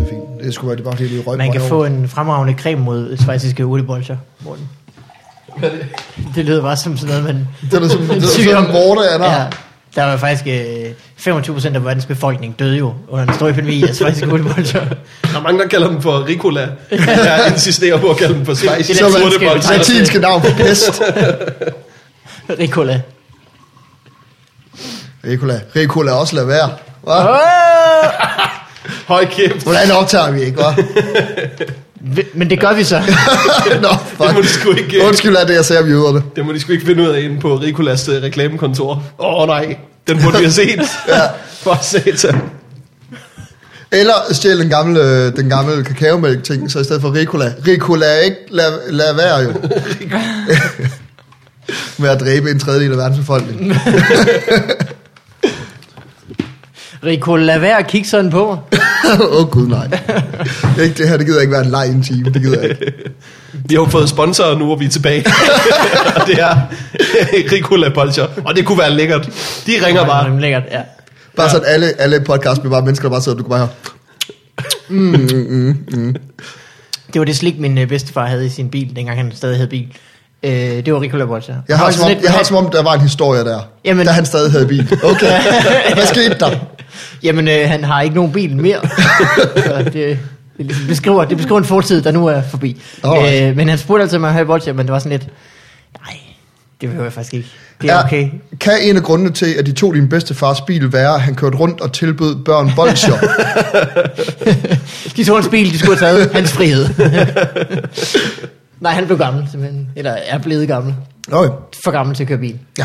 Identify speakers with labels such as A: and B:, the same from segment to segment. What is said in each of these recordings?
A: kunne være, det bare fordi, det er rødt
B: Man kan
A: meget
B: få
A: over.
B: en fremragende creme mod svejsiske hurtigbolcher, Morten. Det lyder bare som sådan noget, man...
A: Det er da sådan, det er da
B: Sygdom.
A: sådan en vorte, er der.
B: Ja, der var faktisk øh, 25% af verdens befolkning døde jo under den store epidemi af svejsiske hurtigbolcher.
C: Der er mange, der kalder dem for Ricola. Jeg insisterer på at kalde dem for Spice.
B: det
C: Det,
B: er
A: Så var
B: latinske-
A: det
B: Nej,
A: latinske navn på pest.
B: Ricola.
A: Ricola. Ricola også lade være. Hva?
B: Åh!
C: Høj kæft,
A: Hvordan optager vi ikke, hva?
B: Vi- Men det gør vi så.
A: Nå,
C: det
A: fuck.
C: må de sgu ikke, øh,
A: Undskyld af det, jeg sagde, at vi yder det.
C: det må de sgu ikke finde ud af inde på Ricolas øh, reklamekontor. Åh oh, nej, den burde vi have set.
A: Ja.
C: For satan.
A: Eller stjæl den gamle, øh, den gamle kakaomælk-ting, så i stedet for Ricola. Ricola er ikke lad, lad være jo. Med at dræbe en tredjedel af verdens befolkning.
B: Ricola, lad være at kigge sådan på mig.
A: Åh oh, gud, nej. Ikke det her, det gider ikke være en leg i en time. Det gider jeg ikke.
C: Vi har jo fået sponsorer nu, og vi er tilbage. og det er Ricola Bolcher. Og det kunne være lækkert. De ringer bare.
B: Det er lækkert, ja.
A: Bare sådan, alle, alle podcasts bliver bare mennesker, der bare sidder, du kan bare høre.
B: Det var det slik, min øh, bedstefar havde i sin bil, dengang han stadig havde bil. Øh, det var Ricola Bolcher.
A: Jeg har, som om, jeg har som om, der var en historie der.
B: Jamen-
A: Jamen. Da han stadig havde bil. Okay, hvad skete der?
B: Jamen, øh, han har ikke nogen bil mere. så det, det, ligesom beskriver, det beskriver en fortid, der nu er forbi.
A: Alright.
B: Øh, men han spurgte altså, om jeg havde bolcher, men det var sådan lidt... Nej, det behøver jeg faktisk ikke. Det er okay.
A: Kan en af grundene til, at de tog din bedstefars bil, være, at han kørte rundt og tilbød børn bolcher?
B: De tog hans bil, de skulle have taget hans frihed. Nej, han blev gammel simpelthen. Eller er blevet gammel.
A: Nå, ja.
B: For gammel til at køre bil.
A: ja.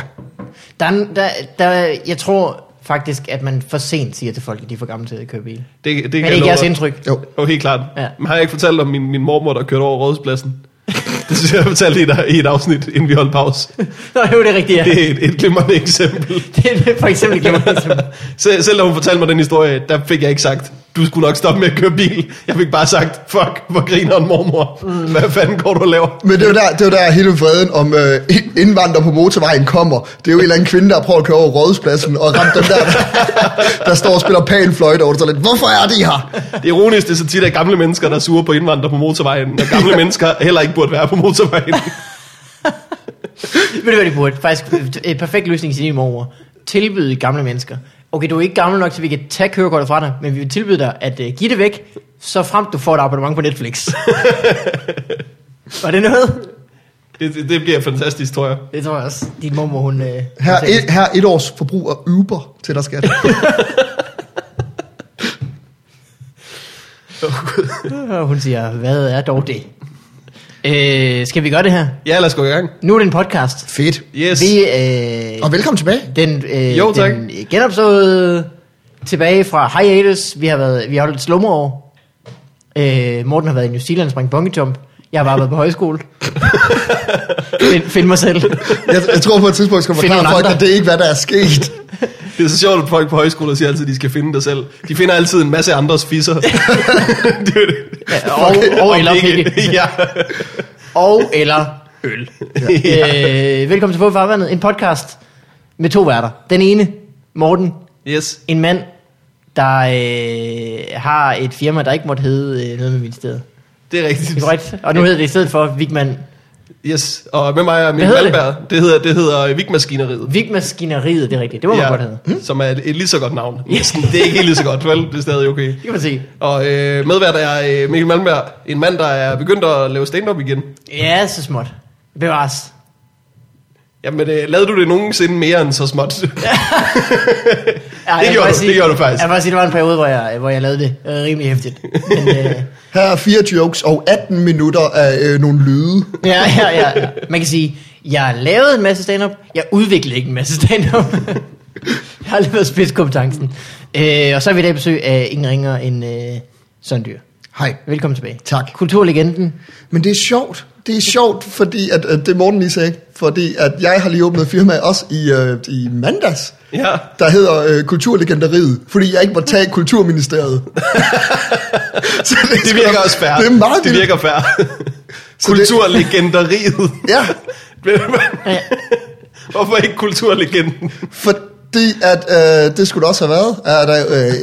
B: Der, er en- der, der, jeg tror faktisk, at man for sent siger til folk, at de er for gamle til at køre bil.
C: Det, det,
B: Men
C: kan
B: det er
C: jeg
B: ikke
C: love
B: jeres
C: dig.
B: indtryk.
A: Jo.
C: Jo, helt klart.
B: Ja.
C: Ja. Men har jeg ikke fortalt om min, min mormor, der kørte over rådhuspladsen? Det synes jeg, jeg fortalte i et, i et afsnit, inden vi holdt pause.
B: Nå, jo, det er rigtigt, ja.
C: Det er et, et glimrende eksempel.
B: Det, det er for eksempel glemmer
C: Sel, selv da hun fortalte mig den historie, der fik jeg ikke sagt, du skulle nok stoppe med at køre bil. Jeg fik bare sagt, fuck, hvor griner en mormor.
B: Mm.
C: Hvad fanden går du og laver?
A: Men det var der, det var der hele vreden om øh, indvandrere på motorvejen kommer. Det er jo en eller anden kvinde, der prøver at køre over rådspladsen og ramte dem der, der, der står og spiller panfløjte over det. Så lidt, hvorfor er de her?
C: Det ironiske er så tit, at gamle mennesker, der er sure på indvandrere på motorvejen, og gamle mennesker heller ikke burde være på motorvejen.
B: Ved du hvad de burde? Faktisk øh, et perfekt løsning til dine mormor. Tilbyde gamle mennesker. Okay, du er ikke gammel nok, så vi kan tage kørekortet fra dig, men vi vil tilbyde dig at uh, give det væk, så frem du får et abonnement på Netflix. Var det noget?
C: Det, det, det bliver fantastisk, tror jeg.
B: Det tror jeg også. Din mormor, hun... Uh,
A: Her er et, her er et års forbrug af Uber til dig, skat.
B: et... Øh, hun siger, hvad er dog det? Øh, skal vi gøre det her?
C: Ja, lad os gå i gang.
B: Nu er det en podcast.
A: Fedt.
C: Yes.
B: Vi, øh,
A: Og velkommen tilbage.
B: Den, øh,
C: Jo, tak.
B: den genopståede tilbage fra hiatus. Vi har, været, vi har holdt et slummer år. Øh, Morten har været i New Zealand og sprang bungee jump. Jeg har bare været på højskole. find, find mig selv.
A: Jeg, jeg tror på et tidspunkt, skal man
B: Find
A: klare
B: nogle
A: folk,
B: andre.
A: at det er ikke, hvad der er sket.
C: Det er så sjovt, at folk på højskoler siger altid, at de skal finde dig selv. De finder altid en masse andres fisser. det er jo det.
B: Ja, og, og, eller pikke.
C: ja.
B: Og eller øl. øh, velkommen til På Farvandet. En podcast med to værter. Den ene, Morten,
C: Yes.
B: en mand, der øh, har et firma, der ikke måtte hedde øh, noget med ministeriet.
C: Det er
B: Det er
C: rigtigt.
B: korrekt. Og nu hedder det i stedet for Vigman
C: Yes. Og med mig er min
B: Hvad hedder det?
C: Malberg. Det? det hedder, det hedder øh, Vigmaskineriet.
B: Vigmaskineriet, det er rigtigt. Det må man godt hedde.
C: Som er et, et lige så godt navn. Næsten. Det er ikke helt lige så godt, vel? Det er stadig okay.
B: Det kan man se.
C: Og øh, medvært er øh, Mikkel Malmberg. En mand, der er begyndt at lave stand-up igen.
B: Ja, så småt. Bevares.
C: Jamen, øh, lavede du det nogensinde mere end så småt?
B: Ja,
C: Det
B: jeg
C: gjorde
B: vil
C: du,
B: sige-
C: det gjorde du faktisk.
B: Jeg vil bare sige, der var en periode, hvor jeg, hvor jeg lavede det øh, rimelig hæftigt. Men, øh,
A: Her er fire jokes og 18 minutter af øh, nogle lyde.
B: ja, ja, ja, ja. Man kan sige, jeg lavede en masse stand-up, jeg udviklede ikke en masse stand-up. jeg har aldrig været spidskompetencen. Øh, og så er vi i dag besøg af ingen ringer end øh, Søren Dyr.
A: Hej.
B: Velkommen tilbage.
A: Tak.
B: Kulturlegenden.
A: Men det er sjovt. Det er sjovt, fordi at, at det Morten lige sagde, fordi at jeg har lige åbnet et firma også i, øh, i mandags,
C: ja.
A: der hedder øh, Kulturlegenderiet, fordi jeg ikke må tage Kulturministeriet. så er
C: Det
A: sgu
C: virker
A: da-
C: også fair.
A: Det er meget
C: det
A: vildt.
C: virker fair.
A: det-
C: Kulturlegenderiet.
A: Ja,
B: Ja.
C: Hvorfor ikke kulturlegenden?
A: fordi at, øh, det skulle det også have været. Er der, øh,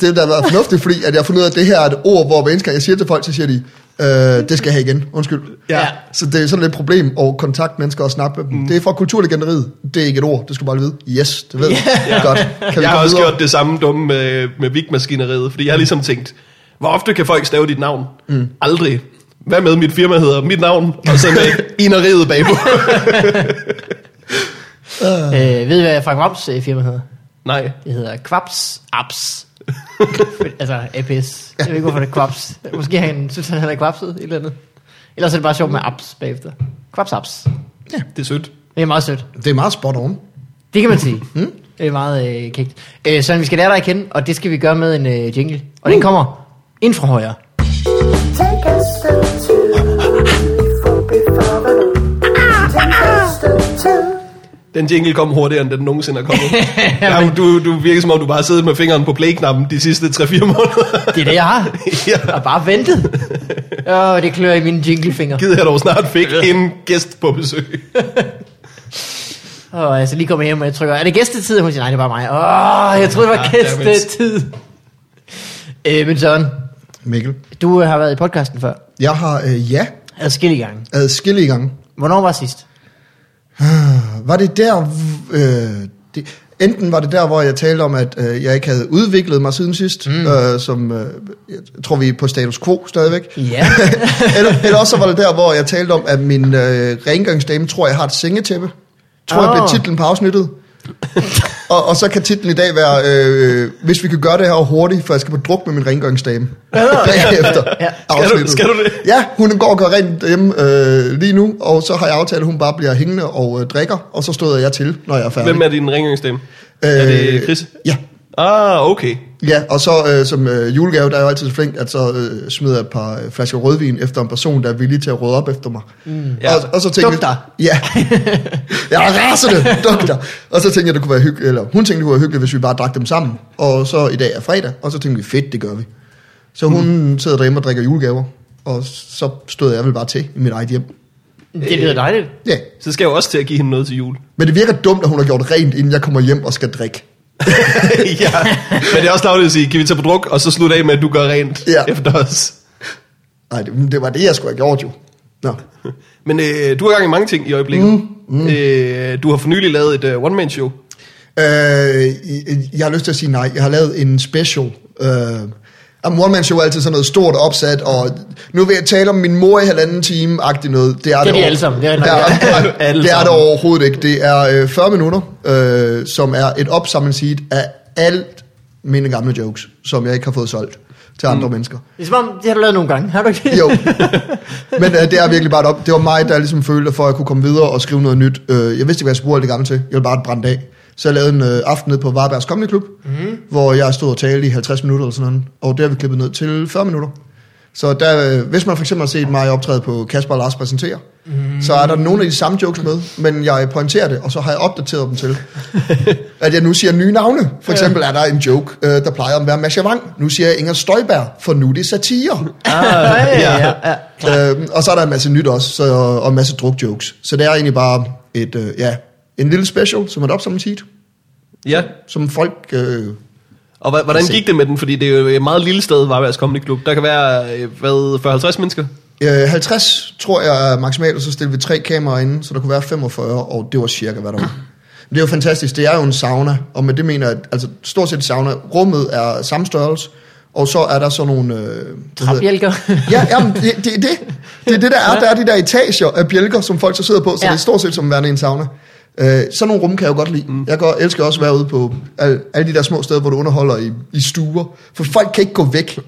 A: det der har været fornuftigt, fordi at jeg har fundet ud af, at det her er et ord, hvor hver eneste gang jeg siger til folk, så siger de, øh, det skal jeg have igen, undskyld.
B: Ja.
A: Så det er sådan lidt et problem at kontakte mennesker og snappe dem. Mm. Det er fra kulturlegenderiet. Det er ikke et ord, det skal du bare lige vide. Yes, det ved jeg. Yeah. Godt. Kan gå
C: jeg har også
A: videre?
C: gjort det samme dumme med, med Vigmaskineriet, fordi jeg har ligesom tænkt, hvor ofte kan folk stave dit navn? Mm. Aldrig. Hvad med mit firma hedder mit navn, og så med ineriet bagpå?
B: Øh, ved I, hvad Frank Rams øh, firma hedder?
C: Nej.
B: Det hedder Kvaps Apps. altså APS. Jeg ved ikke, hvorfor det er Kvaps. Måske han synes, han havde kvapset et eller andet. Ellers er det bare sjovt med apps bagefter. Kvaps Apps.
C: Det er sødt.
B: Det er meget sødt.
A: Det er meget spot on.
B: Det kan man sige. Mm. Det er meget øh, kægt. Øh, så vi skal lære dig at kende, og det skal vi gøre med en øh, jingle. Og den kommer ind fra højre.
D: Take a step two before before the Take a step two.
C: Den jingle kom hurtigere, end den nogensinde er kommet. Jamen, du, du virker som om, du bare har siddet med fingeren på play-knappen de sidste 3-4 måneder.
B: Det er det, jeg har.
C: ja.
B: Jeg har bare ventet. Åh, oh, det klør i mine jinglefingre.
C: Gider jeg dog snart fik en gæst på besøg.
B: Åh, oh, altså lige kommer hjem, og jeg trykker, er det gæstetid? Og Hun siger, nej, det er bare mig. Åh, oh, jeg troede, det var
C: Ah,
B: gæstetid. Øh, men Søren,
A: Mikkel.
B: du øh, har været i podcasten før.
A: Jeg har, øh, ja,
B: Adskillige gange.
A: adskillige gange.
B: Hvornår var sidst?
A: Var det der... Øh, det, enten var det der, hvor jeg talte om, at øh, jeg ikke havde udviklet mig siden sidst, mm. øh, som øh, jeg tror, vi er på status quo stadigvæk.
B: Ja.
A: eller, eller også så var det der, hvor jeg talte om, at min øh, rengøringsdame tror, jeg har et sengetæppe. Tror
C: Ah.
A: oh. jeg
B: Åh.
A: blev titlen på afsnittet. og, og så kan titlen i dag være, øh, hvis vi kan gøre det her hurtigt, for jeg skal på druk med min rengøringsdame. Bagefter
B: Ja.
C: Skal du- skal du det?
A: Ja, hun går og gør rent hjemme øh, lige nu, og så har jeg aftalt, at hun bare bliver hængende og øh, drikker, og så stod jeg til, når jeg er færdig.
C: Hvem er din ringgangsstemme? Øh, er det Chris?
A: Ja,
C: Ah, okay.
A: Ja, og så øh, som øh, julegave, der er jeg jo altid så flink, at så øh, smider jeg et par øh, flasker rødvin efter en person, der er villig til at rydde op efter mig. Mm.
C: Ja.
A: Og, og så tænkte
B: Duk dig.
A: Jeg, ja. jeg er rasende. Duk dig. Og så tænkte jeg, det kunne være hyggeligt, eller hun tænkte, det kunne være hyggeligt, hvis vi bare drak dem sammen. Og så i dag er fredag, og så tænkte vi, fedt, det gør vi. Så hun mm. sidder derhjemme og drikker julegaver, og så stod jeg vel bare til i mit eget hjem.
B: det lyder dejligt.
A: Ja,
C: Så skal jeg jo også til at give hende noget til jul.
A: men det virker dumt, at hun har gjort rent, inden jeg kommer hjem og skal drikke.
C: ja. Men det er også lavt at sige, kan vi tage på druk, og så slutte af med, at du gør rent ja.
A: Ja.
C: efter os.
A: Nej, det, det var det, jeg skulle have gjort jo. Nå.
C: Men øh, du har gang i mange ting i øjeblikket. Mm, mm. Øh, du har for nylig lavet et øh, one-man-show.
A: Øh, i- jeg har lyst til at sige nej. Jeg har lavet en special. Øh, jamen, one man show er altid sådan noget stort opsat, og nu vil jeg tale om min mor i halvanden time agtig noget. Det er
B: Det er
A: det,
B: de
A: over-
B: alle sammen. Det er
A: det, er,
B: nok-
A: det, er,
C: Alle
A: det, er det
C: sammen.
A: overhovedet ikke. Det er øh, 40 minutter, øh, som er et opsamlingsheat af alt mine gamle jokes, som jeg ikke har fået solgt til andre mm. mennesker.
B: Det er som om, det har du lavet nogle gange. Har du ikke det?
A: Jo. Men øh, det er virkelig bare et op. Det var mig, der ligesom følte, for at jeg kunne komme videre og skrive noget nyt. Øh, jeg vidste ikke, hvad jeg skulle bruge alt det gamle til. Jeg ville bare brænde af. Så jeg lavede en øh, aften nede på Varbergs Comedy Club, mm. hvor jeg stod og talte i 50 minutter eller sådan noget. Og der har vi klippet ned til 40 minutter. Så der, øh, hvis man for eksempel har set mig optræde på Kasper og Lars præsenterer, mm. så er der nogle af de samme jokes med, men jeg pointerer det, og så har jeg opdateret dem til, at jeg nu siger nye navne. For eksempel er der en joke, øh, der plejer at være Masha Wang. Nu siger jeg Inger Støjberg, for nu er det satire.
B: Ah, ja, ja, ja.
A: Øhm, og så er der en masse nyt også, så, og en masse drukjokes. Så det er egentlig bare et, øh, ja, en lille special, som er et opsamlingsheat,
C: Ja.
A: som folk... Øh,
C: Og hva- hvordan
A: Se.
C: gik det med den? Fordi det er jo et meget lille sted, Varbergs Comedy Club. Der kan være, øh, hvad, 40-50 mennesker?
A: øh, 50, tror jeg, er maksimalt, og så stillede vi tre kameraer inde, så der kunne være 45, og det var cirka, hvad der var. Men det er jo fantastisk, det er jo en sauna, og med det mener jeg, at altså, stort set sauna, rummet er samme størrelse, og så er der sådan nogle... Øh, hvad hedder det?
B: Trapjælker.
A: Ja, jamen, det, det, er det, det er det, der er. Der er de der etager af bjælker, som folk så sidder på, så
B: Ja.
A: ja. det er stort set som værende i en sauna. Øh, sådan nogle rum kan jeg jo godt lide. Mm. Jeg går, elsker også at være ude på al, alle de der små steder, hvor du underholder i, i stuer. For folk kan ikke gå væk.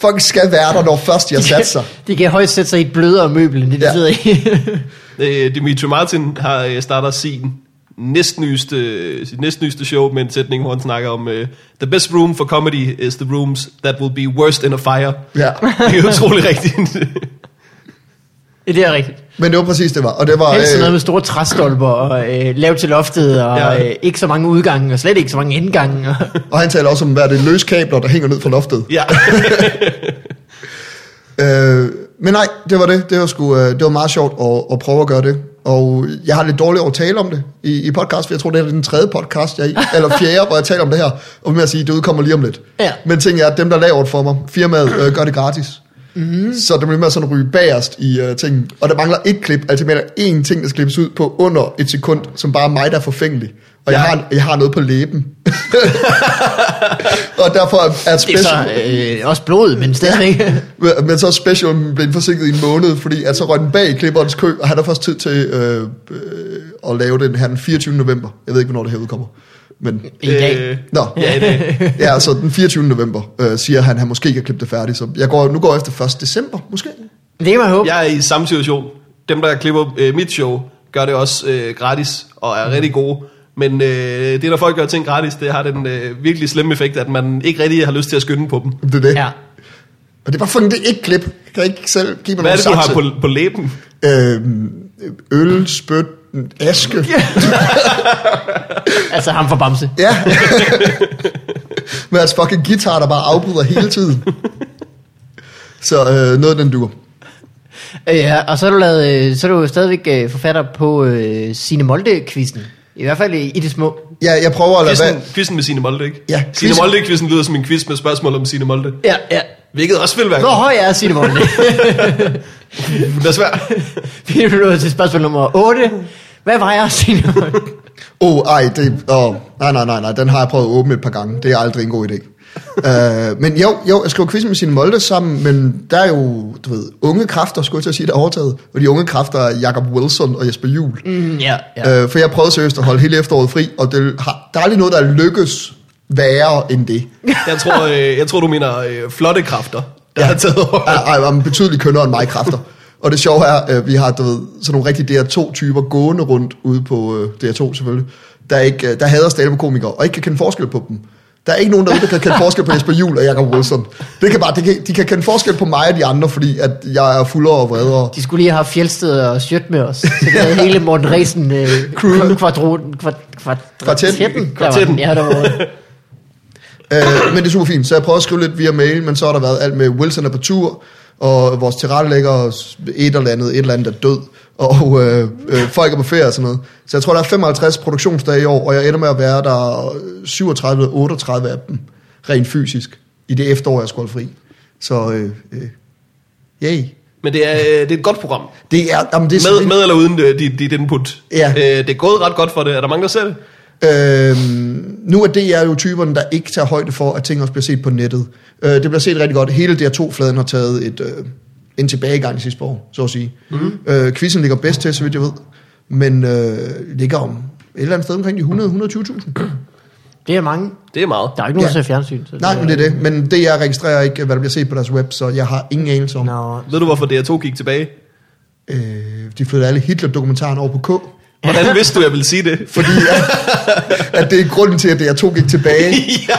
A: folk skal være der, når først de har sat sig.
B: De kan højst sætte sig i et blødere møbel, end det, de
A: Ja.
B: sidder i.
C: Øh, Dimitri Martin har øh, starter sin næstnyeste, sit næstnyeste show med en sætning, hvor han snakker om øh, The best room for comedy is the rooms that will be worst in a fire.
A: Ja.
C: Det er jo utrolig rigtigt.
B: det er rigtigt.
A: Men det var præcis det var. Og det var
B: Helst sådan
A: øh,
B: noget med store træstolper og øh, lavt til loftet og
C: Ja.
B: ja. øh, ikke så mange udgange og slet ikke så mange indgange. Og,
A: og han taler også om, hvad er det løskabler, der hænger ned fra loftet.
C: ja.
A: Øh, men nej, det var det. Det var, sgu, øh, det var meget sjovt at, at prøve at gøre det. Og jeg har lidt dårligt over at tale om det i, i podcast, for jeg tror, det er den tredje podcast, jeg er i, eller fjerde, hvor jeg taler om det her. Og med at sige, det udkommer lige om lidt.
B: Ja.
A: Men ting er, at dem, der laver det for mig, firmaet øh, gør det gratis. Mm-hmm.
B: Mhm.
A: Så det bliver med at sådan ryge bagerst i øh, tingene. Og der mangler et klip, altså der én ting, der skal klippes ud på under et sekund, som bare er mig, der er forfængelig. Og ja. jeg,
C: Ja.
A: har, jeg har noget på læben. og derfor er
B: Det er
A: special,
B: så øh, også blod, men stadigvæk.
A: men så er specialen blevet forsinket i en måned, fordi at så røg den bag i klipperens kø, og han har først tid til øh, øh, at lave den her den 24. november. Jeg ved ikke, hvornår det her udkommer. Men,
B: I dag.
C: Øh,
A: nå,
C: ja, i dag.
A: ja, så den 24. november øh, siger han, at han måske ikke har klippet det færdigt. Så jeg går, nu går jeg efter 1. december, måske.
B: Det kan man håbe.
C: Jeg er i samme situation. Dem, der klipper øh, mit show, gør det også øh, gratis og
A: Mm.
C: er rigtig gode. Men øh, det, når folk gør ting gratis, det har den øh, virkelig slemme effekt, at man ikke rigtig har lyst til at skynde på dem.
A: Det er det.
B: Ja.
A: Ja. Og det er bare fucking det ikke klip. Kan jeg ikke selv give mig
C: Hvad er
A: nogle
C: det, du har
A: chancer?
C: på, på læben?
A: Øh, øl, spyt, aske.
B: Altså ham fra Bamse.
A: Ja. Med hans fucking guitar, der bare afbryder hele tiden. Så øh, noget af den duer.
B: Øh, Ja, og så er du, lavet, øh, så er du stadigvæk øh, forfatter på øh, Signe Molde-quizzen. I hvert fald i, i det små.
A: Ja, jeg prøver at lade
C: Quizzen,
A: være.
C: quizzen med Signe Molde, ikke?
A: Ja,
C: Signe
A: quizzen.
C: Molde-quizzen lyder som en quiz med spørgsmål om Signe Molde.
B: Ja, ja.
C: Hvilket også vil være
B: Hvor høj er Signe Molde?
C: Det er svært.
B: Vi er nået til spørgsmål nummer 8. Hvad vejer Signe Molde?
A: Åh, oh, ej, det, oh, nej, nej, nej, nej, den har jeg prøvet at åbne et par gange. Det er aldrig en god idé. uh, men jo, jo, jeg skrev quiz med sine Molde sammen, men der er jo, du ved, unge kræfter, skulle jeg til at sige, der er overtaget. Og de unge kræfter er Jacob Wilson og Jesper Juhl.
B: Mm, ja, ja.
A: Øh, for jeg prøvede seriøst at holde hele efteråret fri, og det har, der er aldrig noget, der lykkes værre end det.
C: Jeg tror, øh, jeg tror du mener øh, flotte kræfter, der
A: Ja.
C: ja. har taget over.
A: Ej, ej, men betydeligt kønnere end mig kræfter. Og det sjove er, øh, vi har du ved, sådan nogle rigtige DR2-typer gående rundt ude på øh, DR2 selvfølgelig, der, ikke, øh, der hader stand komikere og ikke kan kende forskel på dem. Der er ikke nogen derude, der kan kende forskel på Jesper Juhl og Jacob Wilson. Det kan bare, det kan, de kan kende forskel på mig og de andre, fordi at jeg er fuldere og vredere.
B: De skulle lige have haft Fjeldsted og Sjøt med os. Så vi havde hele Morten Resen øh,
A: Crew.
B: kvadroten, kvart, kvart,
A: Kvartetten.
B: kvartetten.
C: Kvartetten.
B: Der var, den. ja, der var,
A: Øh, men det er super fint, så jeg prøvede at skrive lidt via mail, men så har der været alt med Wilson er på tur, og vores tilrettelægger, et eller andet, et eller andet er død, og øh, øh, folk er på ferie og sådan noget. Så jeg tror, der er 55 produktionsdage i år, og jeg ender med at være der 37 eller 38 af dem, rent fysisk, i det efterår, jeg skulle holde fri. Så, øh, øh, yay.
C: Men det er, øh, det er et godt program.
A: Det er, jamen, det er
C: Med, med eller uden øh, dit, dit input.
A: Ja.
C: Øh, det er gået ret godt for det. Er der mange, der ser det?
A: Øhm, nu er DR jo typerne, der ikke tager højde for, at ting også bliver set på nettet. Øh, det bliver set rigtig godt. Hele DR2-fladen har taget et, øh, en tilbagegang i sidste år, så at sige. Mm-hmm. Øh, quizzen ligger bedst til, så vidt jeg ved. Men øh, ligger om et eller andet sted omkring de 100-120.000.
B: det er mange.
C: Det er meget.
B: Der er ikke nogen, der
A: Ja.
B: ser fjernsyn. Så
A: Nej, men det er det. Men DR registrerer ikke, hvad der bliver set på deres web, så jeg har ingen anelse om.
B: Nå,
C: Ved du, hvorfor DR2 gik tilbage?
A: Øh, de flyttede alle Hitler-dokumentaren over på K.
C: Hvordan vidste du, jeg ville sige det?
A: Fordi at, at det er grunden til, at DR2 gik tilbage.
C: ja,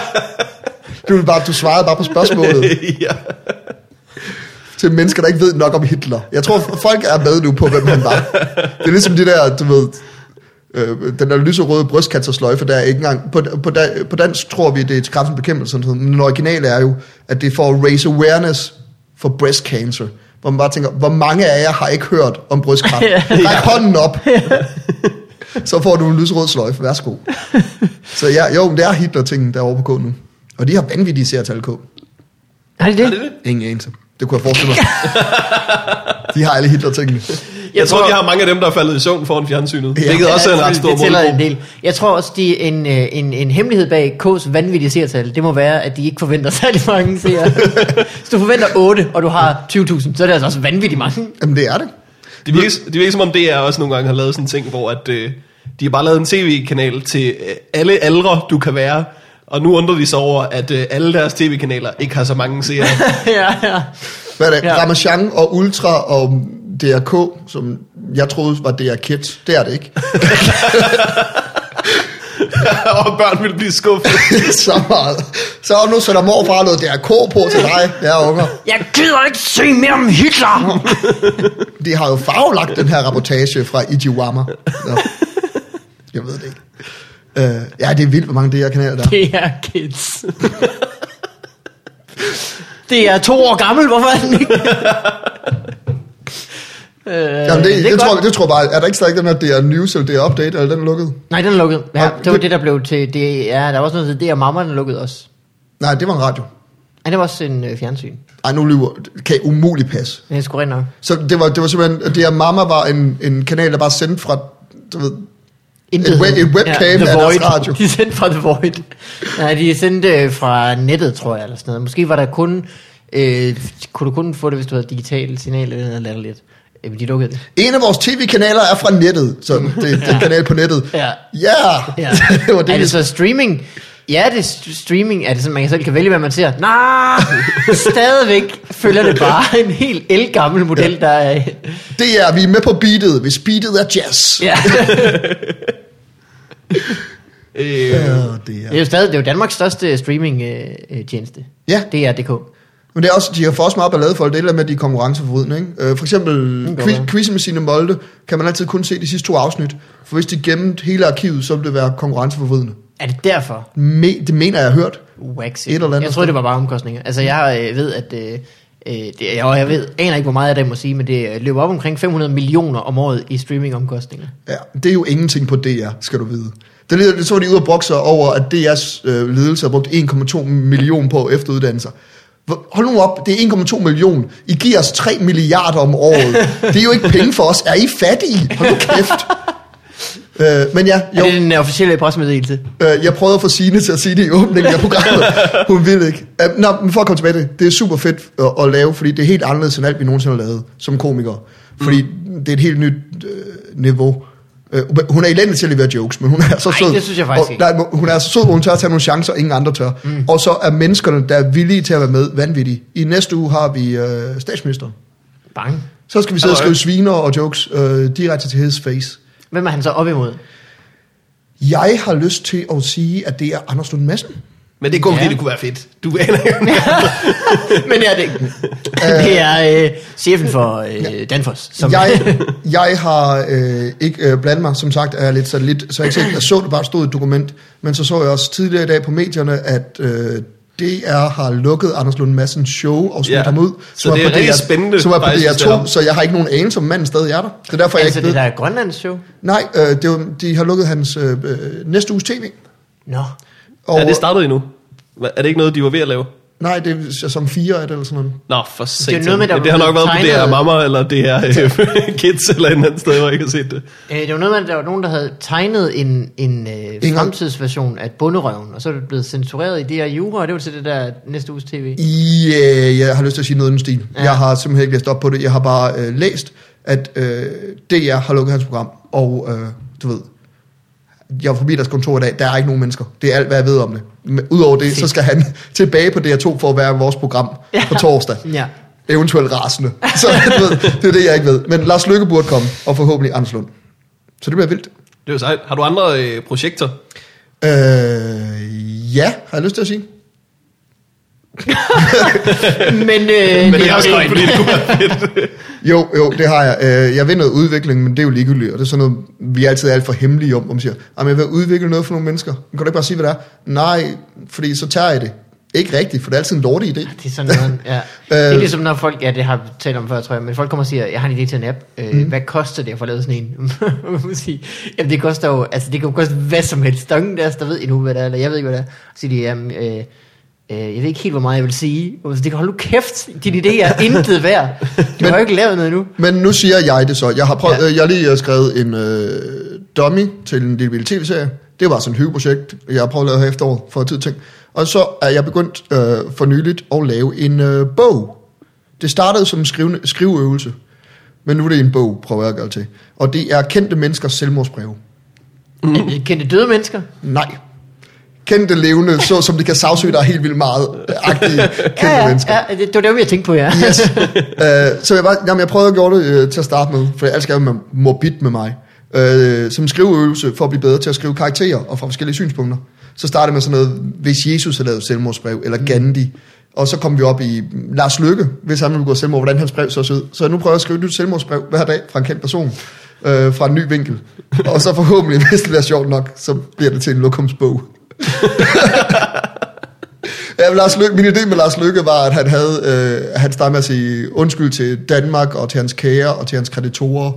A: Du, bare, du svarede bare på spørgsmålet.
C: ja.
A: til mennesker, der ikke ved nok om Hitler. Jeg tror, folk er med nu på, hvem han var. Det er ligesom de der, du ved, øh, den der lyserøde brystcancersløjfe, der er ikke engang... På, på, da- på dansk tror vi, det er til kræftens bekæmpelse, og sådan noget, men den originale er jo, at det er for at raise awareness for breast cancer. Hvor man bare tænker, hvor mange af jer har ikke hørt om brystkræft? Ræk hånden op! Så får du en lyserød sløjfe. Værsgo. Så ja, jo, men det er Hitler-tingen, der er over på K nu. Og de har vanvittige seertal K.
B: har de
C: Er det
B: det?
C: det?
A: Ingen anelse. Det kunne jeg forestille mig. De har alle Hitler-tingene.
C: Jeg, jeg tror, de har mange af dem, der er faldet i søvn foran fjernsynet. Ja.
A: Ja.
C: Hvilket også er en ret stor
B: det tæller en
C: målgruppe.
B: del. Jeg tror også, de en, øh, en, en hemmelighed bag K's vanvittige seertal, det må være, at de ikke forventer særlig mange seere. Hvis du forventer 8, og du har 20.000, så er det altså også vanvittigt mange.
A: Jamen, det er det.
C: Det virker, det virker som om DR også nogle gange har lavet sådan en ting, hvor at, øh, de har bare lavet en tv-kanal til øh, alle aldre, du kan være. Og nu undrer de sig over, at øh, alle deres tv-kanaler ikke har så mange seere.
B: ja, ja.
A: Hvad er det?
B: Ja.
A: Ja. Ramachan og Ultra og DRK, som jeg troede var DR Kids. Det er det ikke.
C: og børn vil blive skuffet.
A: så meget. Så nu sætter morfar noget DRK på til dig, ja unger.
B: Jeg gider ikke se mere om Hitler!
A: De har jo farvelagt den her rapportage fra Ijiwama. Nå. Jeg ved det ikke. Øh, ja, det er vildt, hvor mange DR-kanaler der er.
B: Det er kids. det er to år gammel, hvorfor er den ikke? Øh, Jamen,
A: Jamen, det, det, det, tror, det tror jeg bare, er der ikke stadig den her DR News eller DR Update, eller den er lukket?
B: Nej, den er lukket. Ja,
A: Nå,
B: det var
A: det-
B: det, der blev til DR. Der var også noget til DR Mamma, den lukkede også.
A: Nej, det var en radio.
B: Ja, det var også en øh, fjernsyn.
A: Ej, nu lyver. Det Kan umuligt passe.
B: Det er sgu rent nok.
A: Så det var, det var simpelthen, DR Mama var en, en kanal, der bare sendte fra, du ved, Et web- et webcam
B: The
A: af deres
B: Void.
A: radio.
B: De sendte fra The Void. Nej, de sendte øh, fra nettet, tror jeg, eller sådan noget. Måske var der kun... Øh, kunne du kun få det, hvis du havde digitalt signal eller noget latterligt. Øh, men de lukkede det.
A: en af vores tv-kanaler er fra nettet. Så det, det er en kanal på nettet.
B: Ja.
A: Yeah.
B: Ja.
A: det var det,
B: er
A: vi-
B: det så streaming? Ja, det er st- streaming. Er det sådan, man selv kan vælge, hvad man ser? Nej, stadigvæk følger det bare en helt elgammel model, der er...
A: Det er, vi er med på beatet, hvis beatet er jazz.
B: Ja.
C: Øh,
A: Ja, det
B: Det er
A: er.
B: jo stadig det er jo Danmarks største øh, streaming-tjeneste.
A: Ja.
B: Det er DK.
A: Men det er også, de har fået også meget ballade for det, det er det der med, at de er konkurrenceforvridende. Ikke? Øh, for eksempel
B: Mm, Det kan godt
A: quiz, quizzen med sine Molde, kan man altid kun se de sidste to afsnit. For hvis de gemte hele arkivet, så ville det være konkurrenceforvridende.
B: Er det derfor?
A: Me, det mener jeg, jeg har hørt.
B: Waxy.
A: Et eller andet
B: jeg troede, det var bare omkostninger. Altså, jeg øh, ved, at... Øh, øh, det, jeg, og jeg ved, aner ikke, hvor meget af det må sige, men det øh, løber op omkring 500 millioner om året i streamingomkostninger.
A: Ja, det er jo ingenting på DR, skal du vide. Det lyder, så var de ude og brokse sig over, at DR's øh, ledelse har brugt 1,2 million på efteruddannelser. Hvor- Hold nu op, det er 1,2 million. I giver os 3 milliarder om året. Det er jo ikke penge for os. Er I fattige? Hold nu kæft. øh, men ja,
B: Er
A: jo,
B: det den øh, officielle pressemeddelelse?
A: øh, jeg prøvede at få Signe til at sige det i åbningen af programmet. Hun ville ikke. Øh, nå, men for at komme tilbage til det, det er super fedt at, at lave, fordi det er helt anderledes end alt, vi nogensinde har lavet som komikere. Fordi
B: Mm.
A: det er et helt nyt øh, niveau. Øh, hun er elendig til at levere jokes, men hun er så
B: Ej,
A: sød.
B: det synes jeg faktisk
A: og,
B: ikke.
A: Nej, men hun er så sød, hvor hun tør at tage nogle chancer, ingen andre tør. Mm. Og så er menneskerne, der er villige til at være med, vanvittige. I næste uge har vi øh, statsministeren.
B: Bang.
A: Så skal vi sidde og
C: Halløj.
A: skrive sviner og jokes øh, direkte til his face.
B: Hvem er han så op imod?
A: Jeg har lyst til at sige, at det er Anders Lund Madsen.
C: men det er kun
B: Ja.
C: fordi, det kunne være fedt. Du aner ikke.
B: Men er det ikke? det er øh, chefen for øh, Danfoss. Som,
A: jeg, jeg har øh, ikke øh, blandet mig, som sagt er jeg lidt satellit, så jeg, ikke set, jeg så det bare stod i et dokument, men så så jeg også tidligere i dag på medierne, at øh, DR har lukket Anders Lund Madsens show og smidt
C: Ja.
A: ja. ham ud,
C: Så det er
A: på
C: rigtig spændende,
A: som er på
C: faktisk, det er.
A: DR2, så jeg har ikke nogen anelse om manden stadig er der. Det er derfor, jeg
B: altså
A: ikke ved.
B: det der Grønlands show?
A: Nej, øh, det var, de har lukket hans øh, øh, næste uges tv.
B: Nå.
A: Og,
C: Er det startet endnu? Hva- Er det ikke noget, de var ved at lave?
A: Nej, det er sæson 4 er det, eller sådan noget.
C: Nå, for satan.
B: noget med, der
C: Men det har
B: var
C: nok været på
B: tegnet-
C: DR Mamma, eller DR øh, Kids, eller en anden sted, hvor jeg ikke har set det.
B: Øh, det var noget med, at der var nogen, der havde tegnet en, en øh,
A: Ingen-
B: fremtidsversion af Bunderøven, og så er det blevet censureret i DR Jura, og det var til det der næste uges tv.
A: Ja, øh, jeg har lyst til at sige noget i den stil.
B: Ja.
A: Ja. Jeg har simpelthen ikke læst op på det. Jeg har bare øh, læst, at øh, DR har lukket hans program, og øh, du ved, jeg var forbi deres kontor i dag, der er ikke nogen mennesker. Det er alt, hvad jeg ved om det. Men Udover det, så skal han tilbage på DR2 for at være i vores program ja. på torsdag.
B: Ja.
A: Eventuelt rasende. Så du ved, det er det, jeg ikke ved. Men Lars Lykke burde komme, og forhåbentlig Anders Lund. Så det bliver vildt.
C: Det er jo sejt. Har du andre øh, projekter?
A: Øh, ja, har jeg lyst til at sige.
B: Men, øh,
C: Men det er
B: nok
C: også
B: ikke-
C: løgn, fordi det kunne være
A: Jo, jo, det har jeg. Øh, Jeg vil noget udvikling, men det er jo ligegyldigt, og det er sådan noget, vi altid er alt for hemmelige om, hvor man siger, "Jamen, jeg vil udvikle noget for nogle mennesker. Kan du ikke bare sige, hvad det er? Nej, fordi så tager jeg det. Ikke rigtigt, for det er altid en lortig idé.
B: Det er sådan noget, ja. Det er ligesom, når folk, ja, det har vi talt om før, tror jeg, men folk kommer og siger, jeg har en idé til en app. Øh, mm. Hvad koster det at få lavet sådan en? Man må sige, Jamen, det koster jo, altså, det kan jo koste hvad som helst. Der er ingen der, der ved endnu, hvad det er, eller jeg ved ikke, hvad det er. Så siger de, jamen, øh, øh, jeg ved ikke helt, hvor meget jeg vil sige. Og så det kan holde nu kæft, din idé er intet værd. Du har jo ikke lavet noget endnu.
A: Men nu siger jeg det så. Jeg har, prøvet,
B: Ja.
A: ja. jeg har lige øh, skrevet en øh, dummy til en lille bitte tv-serie. Det var sådan et hyggeprojekt, jeg har prøvet at lave her i efteråret for tid ting. Og så er jeg begyndt øh, for nyligt at lave en øh, bog. Det startede som en skrivende, skriveøvelse, men nu er det en bog, prøver jeg at gøre det til. Og det er kendte menneskers selvmordsbreve.
B: Mm. Kendte døde mennesker?
A: Nej. Kendte levende, så som det kan sagsøge dig helt vildt meget, øh, agtige kendte
B: ja, ja,
A: mennesker.
B: ja, det, det var det, jeg tænkte på, ja.
A: Yes. uh, så jeg, bare, jamen, jeg prøvede at gøre det uh, til at starte med, for alt skal være morbid med mig. Uh, som skriveøvelse for at blive bedre til at skrive karakterer og fra forskellige synspunkter. Så startede med sådan noget, hvis Jesus havde lavet selvmordsbrev, eller Gandhi. Og så kom vi op i Lars Lykke, hvis han ville begå selvmord, hvordan hans brev så så ud. Så nu prøver jeg at skrive et nyt selvmordsbrev hver dag fra en kendt person, øh, fra en ny vinkel. Og så forhåbentlig, hvis det bliver sjovt nok, så bliver det til en lokumsbog. Ja, Ja, men Lars Lykke, min idé med Lars Lykke var, at han, havde, øh, han startede med at sige undskyld til Danmark og til hans kære og til hans kreditorer,